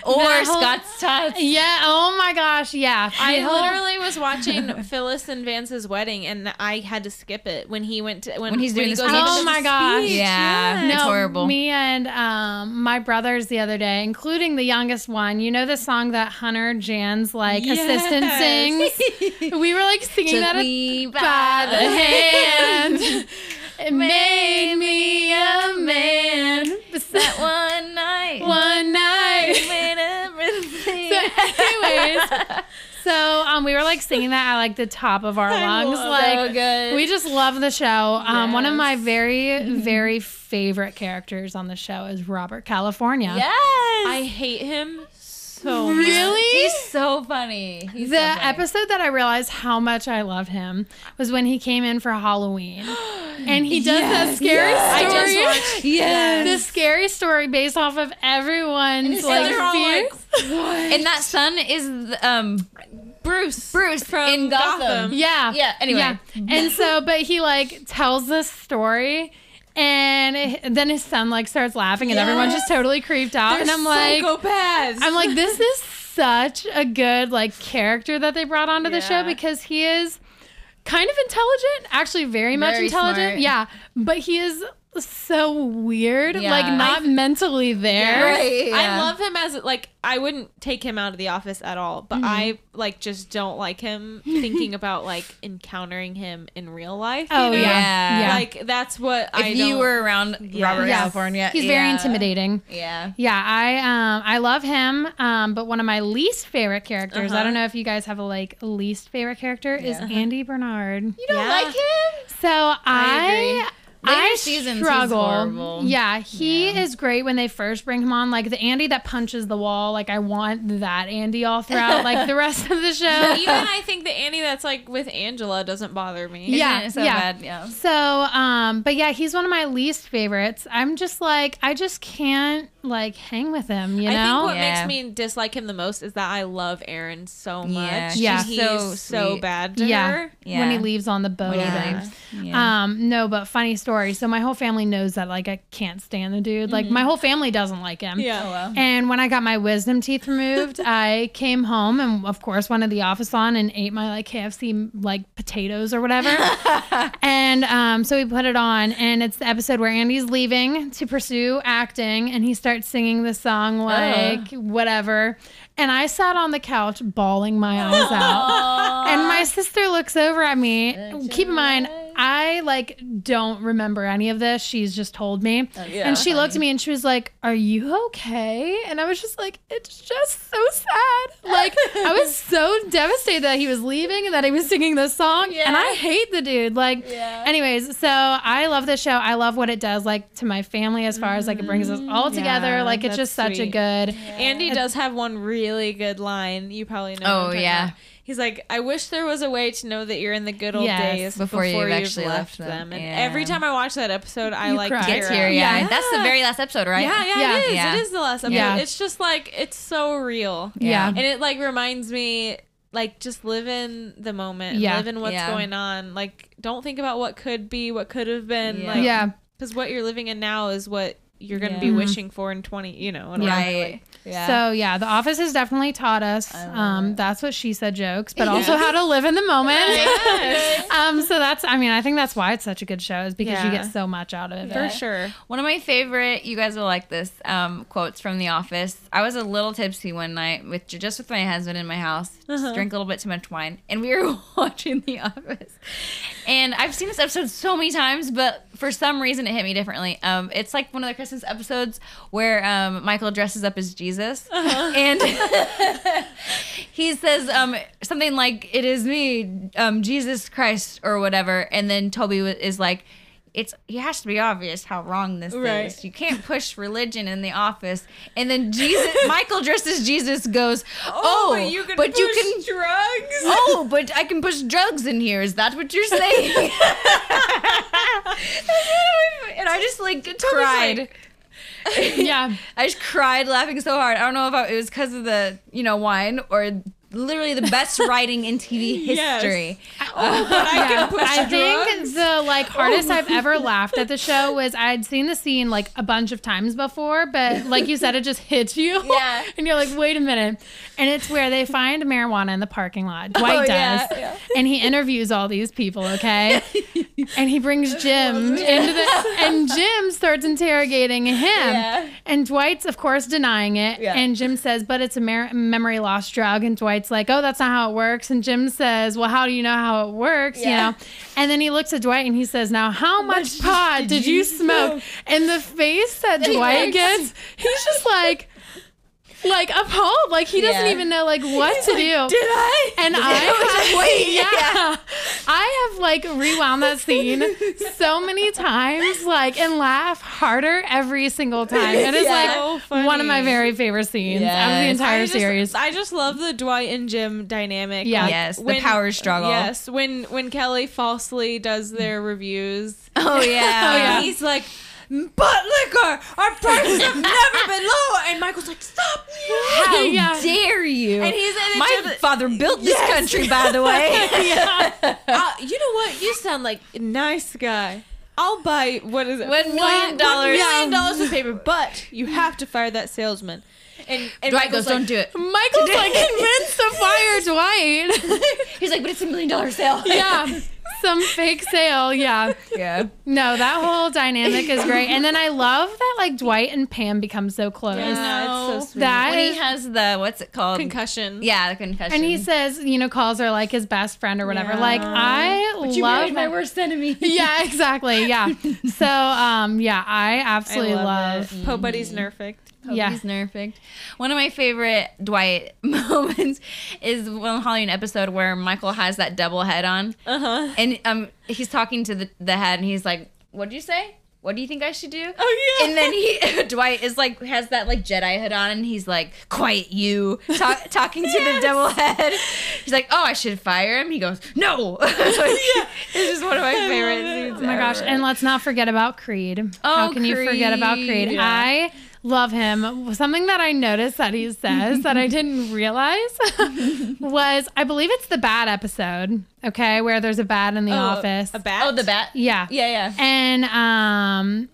S3: Or
S1: That whole-
S3: Scott's touch.
S1: yeah. Oh my gosh. Yeah.
S2: I
S1: Phil-
S2: literally was watching Phyllis and Vance's wedding, and I had to skip it when he went to, when,
S3: When he's doing
S2: he
S3: the
S2: goes
S3: speech.
S2: into
S1: Oh
S2: the
S1: my gosh.
S2: speech.
S3: Yeah,
S2: Yes.
S3: It's horrible.
S1: Me and um, my brothers the other day, including the youngest one, you know the song that Hunter Jan's like assistant sings. we were like singing
S3: Took
S1: that at-
S3: me by
S1: by the
S3: the
S1: hand. it made me a man. But that
S3: that one night.
S1: one night.
S3: Made everything.
S1: So anyways, so um, we were like singing that at like the top of our lungs,
S2: love
S1: like
S3: so good.
S1: we just love the show. Um, one of my
S2: Yes.
S1: very, very favorite characters on the show is Robert California.
S3: yes.
S2: I hate him so much.
S1: Really?
S3: He's so funny. He's
S1: the
S3: so funny.
S1: episode that I realized how much I love him was when he came in for Halloween, and he does that
S3: Yes,
S1: scary
S3: yes.
S2: I just
S1: story.
S2: watched.
S3: Yes.
S1: the scary story based off of everyone's
S3: And
S1: like
S2: they're all
S1: fears.
S3: and that son is the, um
S2: Bruce.
S3: Bruce
S2: From
S3: in Gotham.
S2: Gotham.
S1: Yeah.
S3: Yeah, anyway.
S1: And so, but he like tells this story. And it- then his son like starts laughing, and everyone's just totally creeped out. and I'm like,
S2: psychopaths.
S1: I'm like, this is such a good like character that they brought onto the show
S2: Yeah.
S1: because he is kind of intelligent, actually very much
S3: Very
S1: intelligent.
S3: smart.
S1: Yeah, but he is so weird,
S3: Yeah.
S1: like not mentally there.
S3: Right,
S2: I
S3: yeah.
S2: love him as like I wouldn't take him out of the office at all, but
S1: Mm-hmm.
S2: I like just don't like him thinking about like encountering him in real life. you
S1: Oh
S2: know?
S1: yeah,
S3: Yeah.
S1: yeah.
S2: like that's what I.
S3: If you
S2: don't-
S3: were around Robert
S1: Yes.
S3: California,
S1: He's very
S3: yeah.
S1: intimidating.
S3: Yeah.
S1: Yeah, I um I love him. Um, but one of my least favorite characters, I
S2: Uh-huh.
S1: don't know if you guys have a like least favorite character, is
S3: Yeah.
S1: Andy Bernard.
S3: You don't
S2: Yeah.
S3: like him?
S1: Uh, So I
S3: agree. Later
S1: I
S3: seasons, he's
S1: struggle.
S3: horrible.
S1: yeah, he is great when they first bring him on. Like the Andy that punches the wall. Like I want that Andy all throughout. like the rest of the show.
S2: even I think the Annie that's like with Angela doesn't bother me.
S1: Yeah,
S3: Isn't it so
S1: yeah.
S3: bad. Yeah.
S1: So, um, but yeah, he's one of my least favorites. I'm just like, I just can't like hang with him, you know?
S2: I think what makes
S3: Yeah.
S2: me dislike him the most is that I love Aaron so much.
S3: Yeah,
S1: Yeah.
S2: he's
S3: she's
S2: so
S3: so
S2: so
S3: sweet.
S2: bad to
S1: yeah.
S2: her.
S1: when he
S3: Yeah.
S1: leaves on the boat.
S3: When he
S1: and-
S3: leaves. Yeah.
S1: Um, no, but funny story. So my whole family knows that like I can't stand the dude. Like
S3: Mm-hmm.
S1: my whole family doesn't like him.
S2: Yeah.
S3: oh well.
S1: And when I got my wisdom teeth removed, I came home and of course wanted the office on and ate my like KFC like potatoes or whatever. and um, so we put it on, and it's the episode where Andy's leaving to pursue acting, and he starts singing the song like whatever. And I sat on the couch bawling my eyes out. And my sister looks over at me. Keep in mind, I like don't remember any of this. She's just told me.
S2: Oh, Yeah.
S1: And she looked at me and she was like, Are you okay? And I was just like, It's just so sad. Like, I was so devastated that he was leaving and that he was singing this song. And I hate the dude. Like,
S3: Yeah.
S1: anyways, so I love this show. I love what it does, like, to my family as far as like it brings us all together.
S2: Mm-hmm. Yeah,
S1: like, it's
S2: that's
S1: just such a
S2: sweet.
S1: good.
S2: Andy does have one really good line. You probably know. what I'm
S3: Oh,
S2: talking
S3: yeah.
S2: about. He's like, I wish there was a way to know that you're in the good old
S1: Yes,
S2: days
S3: before you've actually left them.
S2: And
S3: Yeah.
S2: every time I watch that episode, I
S1: You
S2: like
S1: cry.
S2: tear
S1: Get
S2: up.
S3: Here, yeah.
S2: Yeah.
S3: That's the very last episode, right?
S2: Yeah, yeah,
S1: Yeah.
S2: it is.
S3: Yeah.
S2: It is the last episode.
S1: Yeah.
S2: It's just like it's so real.
S1: Yeah.
S3: Yeah.
S2: And it like reminds me like just live in the moment.
S1: Yeah.
S2: Live in what's
S3: Yeah.
S2: going on. Like don't think about what could be, what could have been.
S3: Yeah.
S2: Like
S1: Yeah.
S2: because what you're living in now is what you're gonna be
S3: Yeah.
S2: wishing for in twenty you know, whatever.
S3: Right. Yeah.
S1: So yeah, The Office has definitely taught us.
S3: I love
S1: Um,
S3: it.
S1: that's what she said jokes, but also how to live in the moment. um, so that's. I mean, I think that's why it's such a good show is because you
S2: Yeah.
S1: get so much out of it.
S2: For
S3: Yeah.
S2: sure.
S3: One of my favorite, you guys will like this, um, quotes from The Office. I was a little tipsy one night with just with my husband in my house. Just drank a little bit too much wine, and we were watching The Office. And I've seen this episode so many times, but for some reason it hit me differently. Um, it's like one of the Christmas episodes where um, Michael dresses up as Jesus, and he says um, something like, "It is me, um, Jesus Christ," or whatever. And then Toby wa- is like. It's it has to be obvious how wrong this
S2: Right.
S3: is. You can't push religion in the office. And then Jesus, Michael dressed as Jesus goes, "Oh,
S2: but you can
S3: but you
S2: push
S3: can
S2: drugs.
S3: Oh, but I can push drugs in here. Is that what you're saying? and I just like cried.
S1: yeah.
S3: I just cried laughing so hard. I don't know if I, it was because of the you know wine or literally the best writing in TV
S2: Yes.
S3: history.
S2: but I
S1: Yeah.
S2: can push
S1: I
S2: drugs.
S1: think the like hardest I've ever laughed at the show was I'd seen the scene like a bunch of times before, but like you said, it just hits you.
S3: Yeah.
S1: and you're like, wait a minute. And it's where they find marijuana in the parking lot. Dwight does.
S3: yeah, yeah.
S1: And he interviews all these people, okay? and he brings Jim into the and Jim starts interrogating him.
S3: Yeah.
S1: And Dwight's of course denying it.
S3: Yeah.
S1: And Jim says, "But it's a mer- memory loss drug." And Dwight's like, "Oh, that's not how it works." And Jim says, "Well, how do you know how it works?"
S3: Yeah.
S1: You know. And then he looks at Dwight and he says, "Now, how much pot did, you, smoke? And the face that Dwight gets, he's just like like appalled. Like he doesn't
S3: Yeah.
S1: even know like what to do.
S3: Did I?
S1: And I have,
S3: wait,
S1: yeah,
S3: yeah.
S1: I have like rewound that scene so many times, like and laugh harder every single time. It is
S3: Yeah.
S2: So
S1: like
S2: funny.
S1: one of my very favorite scenes out of the
S3: Yes.
S1: entire
S2: I just,
S1: series.
S2: I just love the Dwight and Jim dynamic.
S1: Yeah.
S3: Yes, the power struggle.
S2: Yes, when when Kelly falsely does their reviews,
S3: Oh yeah.
S1: yeah.
S2: he's like, "But liquor, our prices have never been lower," and Michael's like, "Stop!" me."
S3: How
S1: Yeah.
S3: dare you?
S2: And he's in
S3: my father built this country, by the way.
S2: uh, you know what? You sound like a nice guy. I'll buy what is it?
S3: One million
S2: One-
S3: dollars.
S2: One million dollars of paper, but you have to fire that salesman. And, and
S3: Dwight
S2: Michael's like,
S3: goes, "Don't do it."
S1: Michael's like convinced to fire Dwight.
S3: He's like, "But it's a million dollar sale."
S1: yeah. some fake sale. Yeah.
S3: Yeah.
S1: No, that whole dynamic is great. And then I love that like Dwight and Pam become so close.
S2: Yeah.
S3: Yeah,
S2: No.
S3: it's so sweet.
S1: That
S3: when
S1: is-
S3: he has the what's it called?
S2: Concussion.
S3: Yeah, the concussion.
S1: And he says, you know, calls her like his best friend or whatever.
S2: Yeah.
S1: Like I love that.
S3: worst enemy.
S1: Yeah, exactly. Yeah. so um yeah, I
S2: I
S1: absolutely love,
S2: it. Poe Buddy's nerfed.
S1: Yeah.
S3: Yeah. Oh, He's perfect. One of my favorite Dwight moments is when Halloween episode where Michael has that double head on.
S2: Uh huh.
S3: And um he's talking to the, the head and he's like, What did you say? What do you think I should do?
S2: Oh yeah.
S3: And then he Dwight is like has that like Jedi head on and he's like, Quiet you talk, talking to the double head. He's like, Oh, I should fire him. He goes, No. It's just one of my favorite scenes.
S1: Oh my gosh. And let's not forget about Creed.
S3: Oh,
S1: How can you forget about
S3: Creed.
S1: Creed?
S3: Yeah.
S1: I love him. Something that I noticed that he says that I didn't realize was I believe it's the bad episode, okay, where there's a bad in the office.
S2: A bat.
S3: oh the bat.
S1: Yeah.
S3: Yeah, yeah.
S1: And um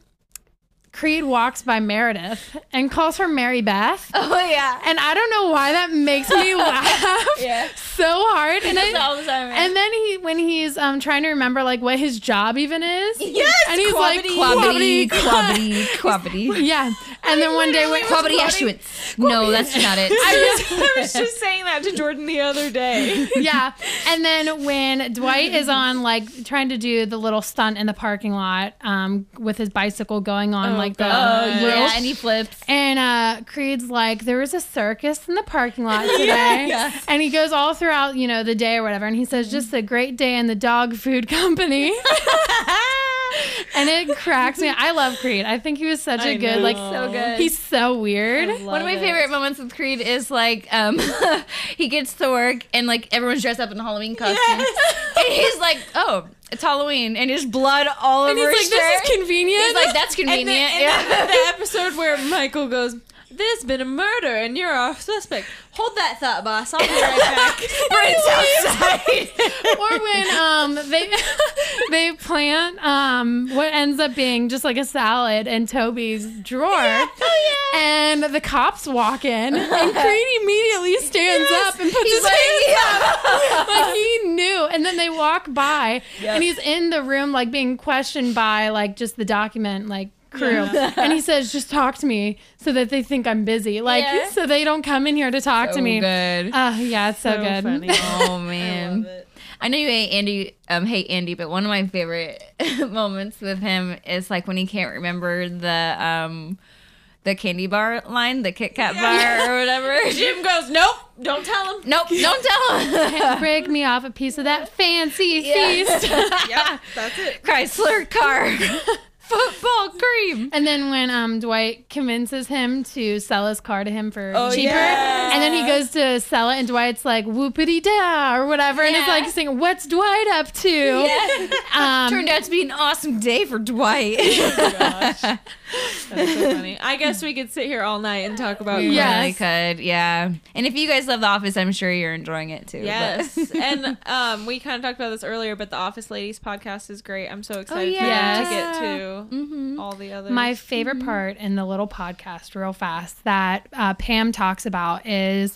S1: Creed walks by Meredith and calls her Mary Beth.
S3: Oh yeah.
S1: And I don't know why that makes me laugh
S3: Yeah.
S1: so hard. And I,
S3: all the time.
S1: And then he, when he's um, trying to remember like what his job even is,
S3: Yes,
S1: and he's like
S3: quabbity,
S1: quabbity,
S3: quabbity, quabbity,
S1: yeah. And then one day, when,
S3: quabbity, eschewitz. No, that's not it.
S2: I was, I was just saying that to Jordan the other day.
S1: yeah. And then when Dwight is on like trying to do the little stunt in the parking lot um, with his bicycle going on
S2: Oh,
S1: like
S2: God.
S1: the
S3: Oh,
S1: rail
S3: yeah, and he flips.
S1: And uh, Creed's like, there was a circus in the parking lot today. And he goes all throughout, you know, the day or whatever. And he says, just a great day in the dog food company. and it cracks me. I love Creed. I think he was such a
S2: I
S1: good,
S2: know.
S1: like,
S2: So
S3: good.
S1: He's so weird.
S3: One of my favorite moments with Creed is like um, he gets to work and like everyone's dressed up in Halloween costumes, and he's like, "Oh, it's Halloween," and there's blood all
S1: And he's
S3: over
S1: like,
S3: his
S1: this
S3: shirt.
S1: is convenient.
S3: he's like, "That's convenient."
S2: And, then, and then
S3: yeah.
S2: the episode where Michael goes, "There's been a murder, and you're our suspect." Hold that thought, boss. I'll be right back.
S3: Prince outside.
S1: or when um they they plant um what ends up being just like a salad in Toby's drawer.
S3: oh,
S1: And the cops walk in and Creed immediately stands up and puts
S3: He's
S1: his
S3: like,
S1: hand like he knew. And then they walk by and he's in the room like being questioned by like just the document like crew. And he says, just talk to me so that they think I'm busy. Like
S3: Yeah.
S1: so they don't come in here to talk to me.
S3: good.
S1: Oh yeah, it's so,
S2: So
S1: good.
S2: funny.
S3: Oh
S2: I love
S3: man.
S2: it.
S3: I know you hate Andy, um, hate Andy, but one of my favorite moments with him is like when he can't remember the um, the candy bar line, the Kit Kat bar or whatever.
S2: Jim goes, "Nope, don't tell him."
S3: nope, don't tell him.
S1: break me off a piece of that fancy
S3: Yeah.
S1: feast.
S2: yeah, that's it.
S3: Chrysler car, football cream.
S1: And then when um, Dwight convinces him to sell his car to him for
S2: Oh,
S1: cheaper,
S2: yeah.
S1: and then he goes to sell it, and Dwight's like whoopity da or whatever, and it's
S3: Yeah.
S1: like singing, "What's Dwight up to?" Um,
S3: Turned out to be an awesome day for Dwight.
S2: That's so funny. I guess we could sit here all night and talk about.
S3: We
S1: Yes.
S3: really could, yeah. And if you guys love The Office, I'm sure you're enjoying it too. but-
S2: Yes, and um, we kind of talked about this earlier, but the Office Ladies podcast is great. I'm so excited
S1: yeah.
S2: to,
S1: Yes.
S2: get to all the other.
S1: My favorite
S3: Mm-hmm.
S1: part in the little podcast, real fast, that uh, Pam talks about is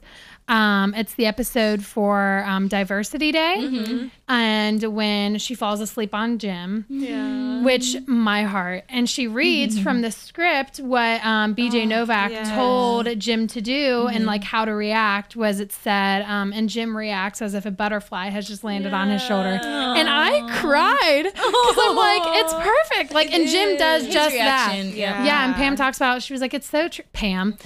S1: um, it's the episode for um, Diversity Day.
S3: Mm-hmm.
S1: And when she falls asleep on Jim,
S2: yeah.
S3: Mm-hmm.
S1: which my heart. And she reads from the script what um,
S3: Oh,
S1: BJ Novak
S2: yes.
S1: told Jim to do
S3: Mm-hmm.
S1: and like how to react was it said, um, and Jim reacts as if a butterfly has just landed on his shoulder. And I cried because I'm like, it's perfect. Like, and Jim does
S3: His
S1: just
S3: reaction,
S1: that.
S3: yeah.
S1: Yeah. and Pam talks about she was like, it's so true. Pam,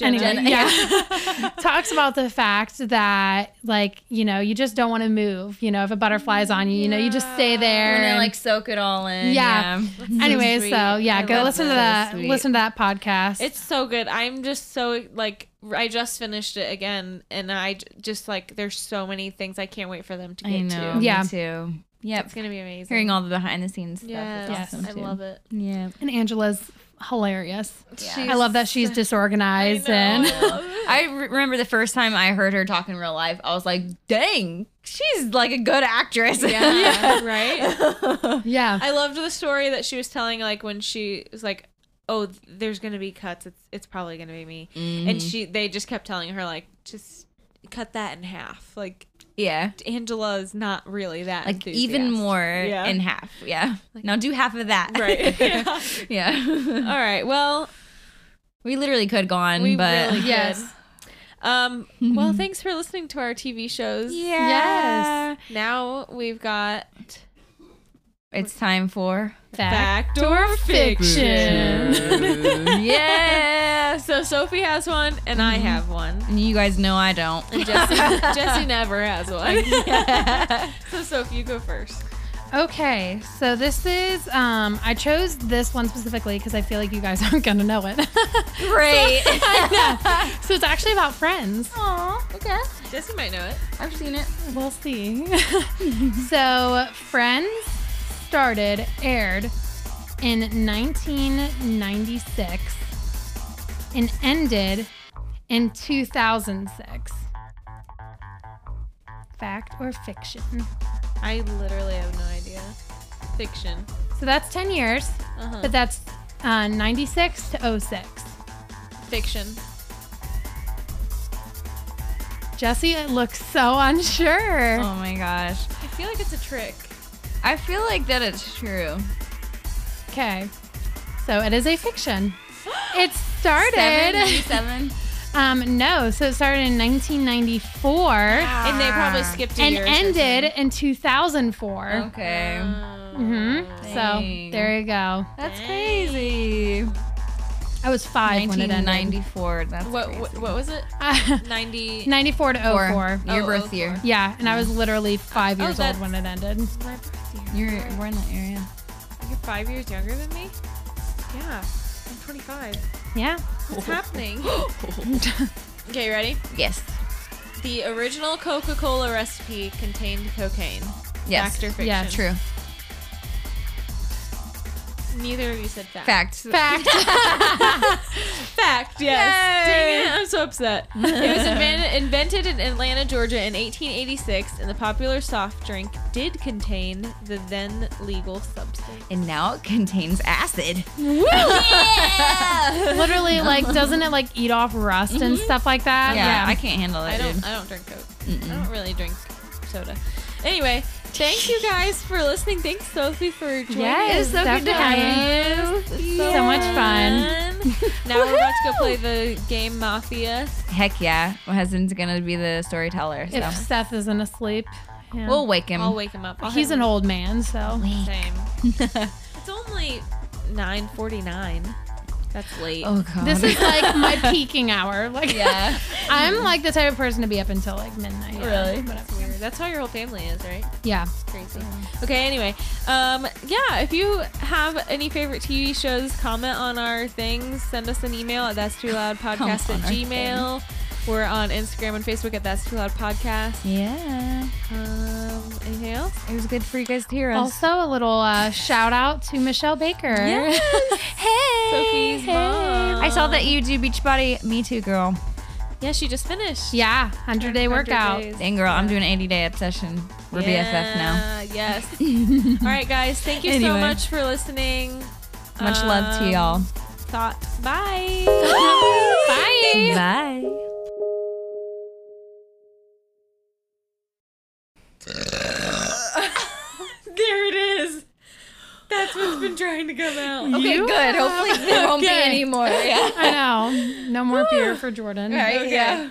S1: anyway,
S3: Jenna.
S1: yeah, talks about the fact that like you know you just don't want to move. You know, if a butterfly's on you, you know, you just stay there
S3: And then
S1: and-
S3: like soak it all in.
S1: Yeah. anyway,
S2: sweet.
S1: so yeah,
S2: I
S1: go
S2: love
S1: listen to
S3: that.
S1: that.
S3: So sweet.
S1: listen to that podcast.
S2: It's so good. I'm just so like I just finished it again, and I j- just like there's so many things I can't wait for them to get
S3: I know.
S2: to.
S1: Yeah.
S3: Me too. Yep.
S2: It's gonna be amazing.
S3: Hearing all the behind the scenes stuff
S2: yes,
S3: is awesome
S2: I
S3: too.
S2: love it.
S3: Yeah.
S1: and Angela's hilarious.
S3: She's-
S1: I love that she's disorganized and
S3: I re- remember the first time I heard her talk in real life, I was like, dang, she's like a good actress.
S2: Yeah, right.
S1: yeah.
S2: I loved the story that she was telling, like when she was like, "Oh, th- there's gonna be cuts. It's it's probably
S3: Mm-hmm.
S2: gonna be me," and she they just kept telling her like, "Just cut that in half." Like
S3: Yeah.
S2: Angela is not really that
S3: Like even
S2: enthusiastic.
S3: more
S2: Yeah.
S3: in half. Yeah. now do half of that.
S2: Right. Yeah.
S3: yeah.
S2: All right. Well,
S3: we literally could go on,
S2: we
S3: but
S2: really
S1: Yes.
S2: could. Um, well, thanks for listening to our TV shows.
S3: yeah.
S1: Yes.
S2: Now we've got
S3: It's time for
S2: fact,
S1: or fiction.
S3: yes.
S2: So Sophie has one, and
S1: Mm-hmm.
S2: I have one.
S3: And you guys know I don't.
S2: Jesse, Jesse never has one. So Sophie, you go first.
S1: Okay, so this is um I chose this one specifically because I feel like you guys aren't gonna know it.
S3: Great.
S1: so it's actually about friends.
S3: Aw, okay.
S2: Jesse might know it.
S3: I've seen it.
S1: We'll see. so Friends started aired in 1996 and ended in 2006. Fact or fiction?
S2: I literally have no idea. Fiction.
S1: So that's 10 years,
S2: Uh-huh.
S1: but that's uh, 96 to 06.
S2: Fiction.
S1: Jesse looks so unsure.
S3: Oh my gosh.
S2: I feel like it's a trick.
S3: I feel like that it's true.
S1: Okay. So it is a fiction. It started.
S3: 77.
S1: Um, no, so it started in 1994
S2: And they probably skipped a
S1: Ah. and
S2: year. or
S1: ended in 2004.
S3: Okay.
S2: something.
S1: hmm So
S3: Dang.
S1: there you go.
S3: That's crazy.
S1: I was five when it ended.
S3: 1994. That's
S2: What,
S3: crazy.
S2: what what was it?
S1: Uh,
S2: 90.
S1: 94 to 04.
S3: Four. Your
S2: Oh,
S3: birth
S2: oh,
S3: year.
S2: four.
S1: Yeah, and I was literally five
S2: Oh,
S1: years old
S2: that's-
S1: when it ended.
S2: My birthday.
S3: You're we're in that area.
S2: You're five years younger than me? Yeah. I'm 25.
S1: Yeah.
S2: What's happening? okay, you ready?
S3: Yes.
S2: The original Coca Cola recipe contained cocaine.
S3: Yes.
S2: Fact or fiction?
S1: Yeah,
S3: True.
S2: Neither of you said fact.
S3: Fact.
S1: Fact.
S2: Fact, yes. Dang it, I'm so upset. it was inven- invented in Atlanta, Georgia in 1886, and the popular soft drink did contain the then legal substance.
S3: And now it contains acid.
S1: literally, like, doesn't it like eat off rust and stuff like that?
S3: Mm-hmm. yeah, I can't handle it,
S2: I don't.
S3: dude.
S2: I don't drink Coke. I don't really drink soda. Anyway, thank you guys for listening. Thanks, Sophie, for joining.
S1: Yes,
S2: us.
S1: so good to have
S3: you. It's
S1: so much fun.
S2: fun. now we're about to go play the game Mafia.
S3: Heck yeah. My husband's gonna be the storyteller. So
S1: If Seth isn't asleep, yeah.
S3: we'll wake him.
S2: I'll wake him up. I'll
S1: he's
S2: have
S1: an
S2: him-
S1: old man, so
S2: Same. It's only 9:49. That's late.
S3: oh god.
S1: this is like my peaking hour. Like,
S3: yeah.
S1: I'm like the type of person to be up until like midnight.
S3: Really?
S1: Whatever.
S2: Weird. That's how your whole family is, right?
S1: Yeah.
S2: crazy. Okay, anyway, um, yeah, if you have any favorite TV shows, comment on our things, send us an email at that's too loud podcast
S3: Comment
S2: at
S3: on our
S2: gmail. We're on Instagram and Facebook at that's too loud podcast.
S3: Yeah.
S2: Um, anything else?
S3: It was good for you guys to hear us.
S1: Also, a little uh, shout out to Michelle Baker.
S3: hey.
S2: Sophie's mom.
S3: I saw that you do Beachbody. Me too, girl.
S2: Yeah, she just finished.
S1: Yeah, 100 day
S2: 100
S1: workout.
S2: days.
S3: Dang, girl. I'm doing 80 day obsession. We're BFF now.
S2: Yeah, Yes. All right, guys. Thank you so
S3: Anyway.
S2: much for listening.
S3: Much love to
S2: Um,
S3: y'all.
S2: Thought. Bye.
S1: Bye.
S3: Bye.
S2: there it is. That's what's been trying to come out.
S1: You
S3: good. Hopefully there won't
S2: Okay.
S3: more. Yeah.
S1: I know. No more beer for Jordan.
S3: All right. Yeah.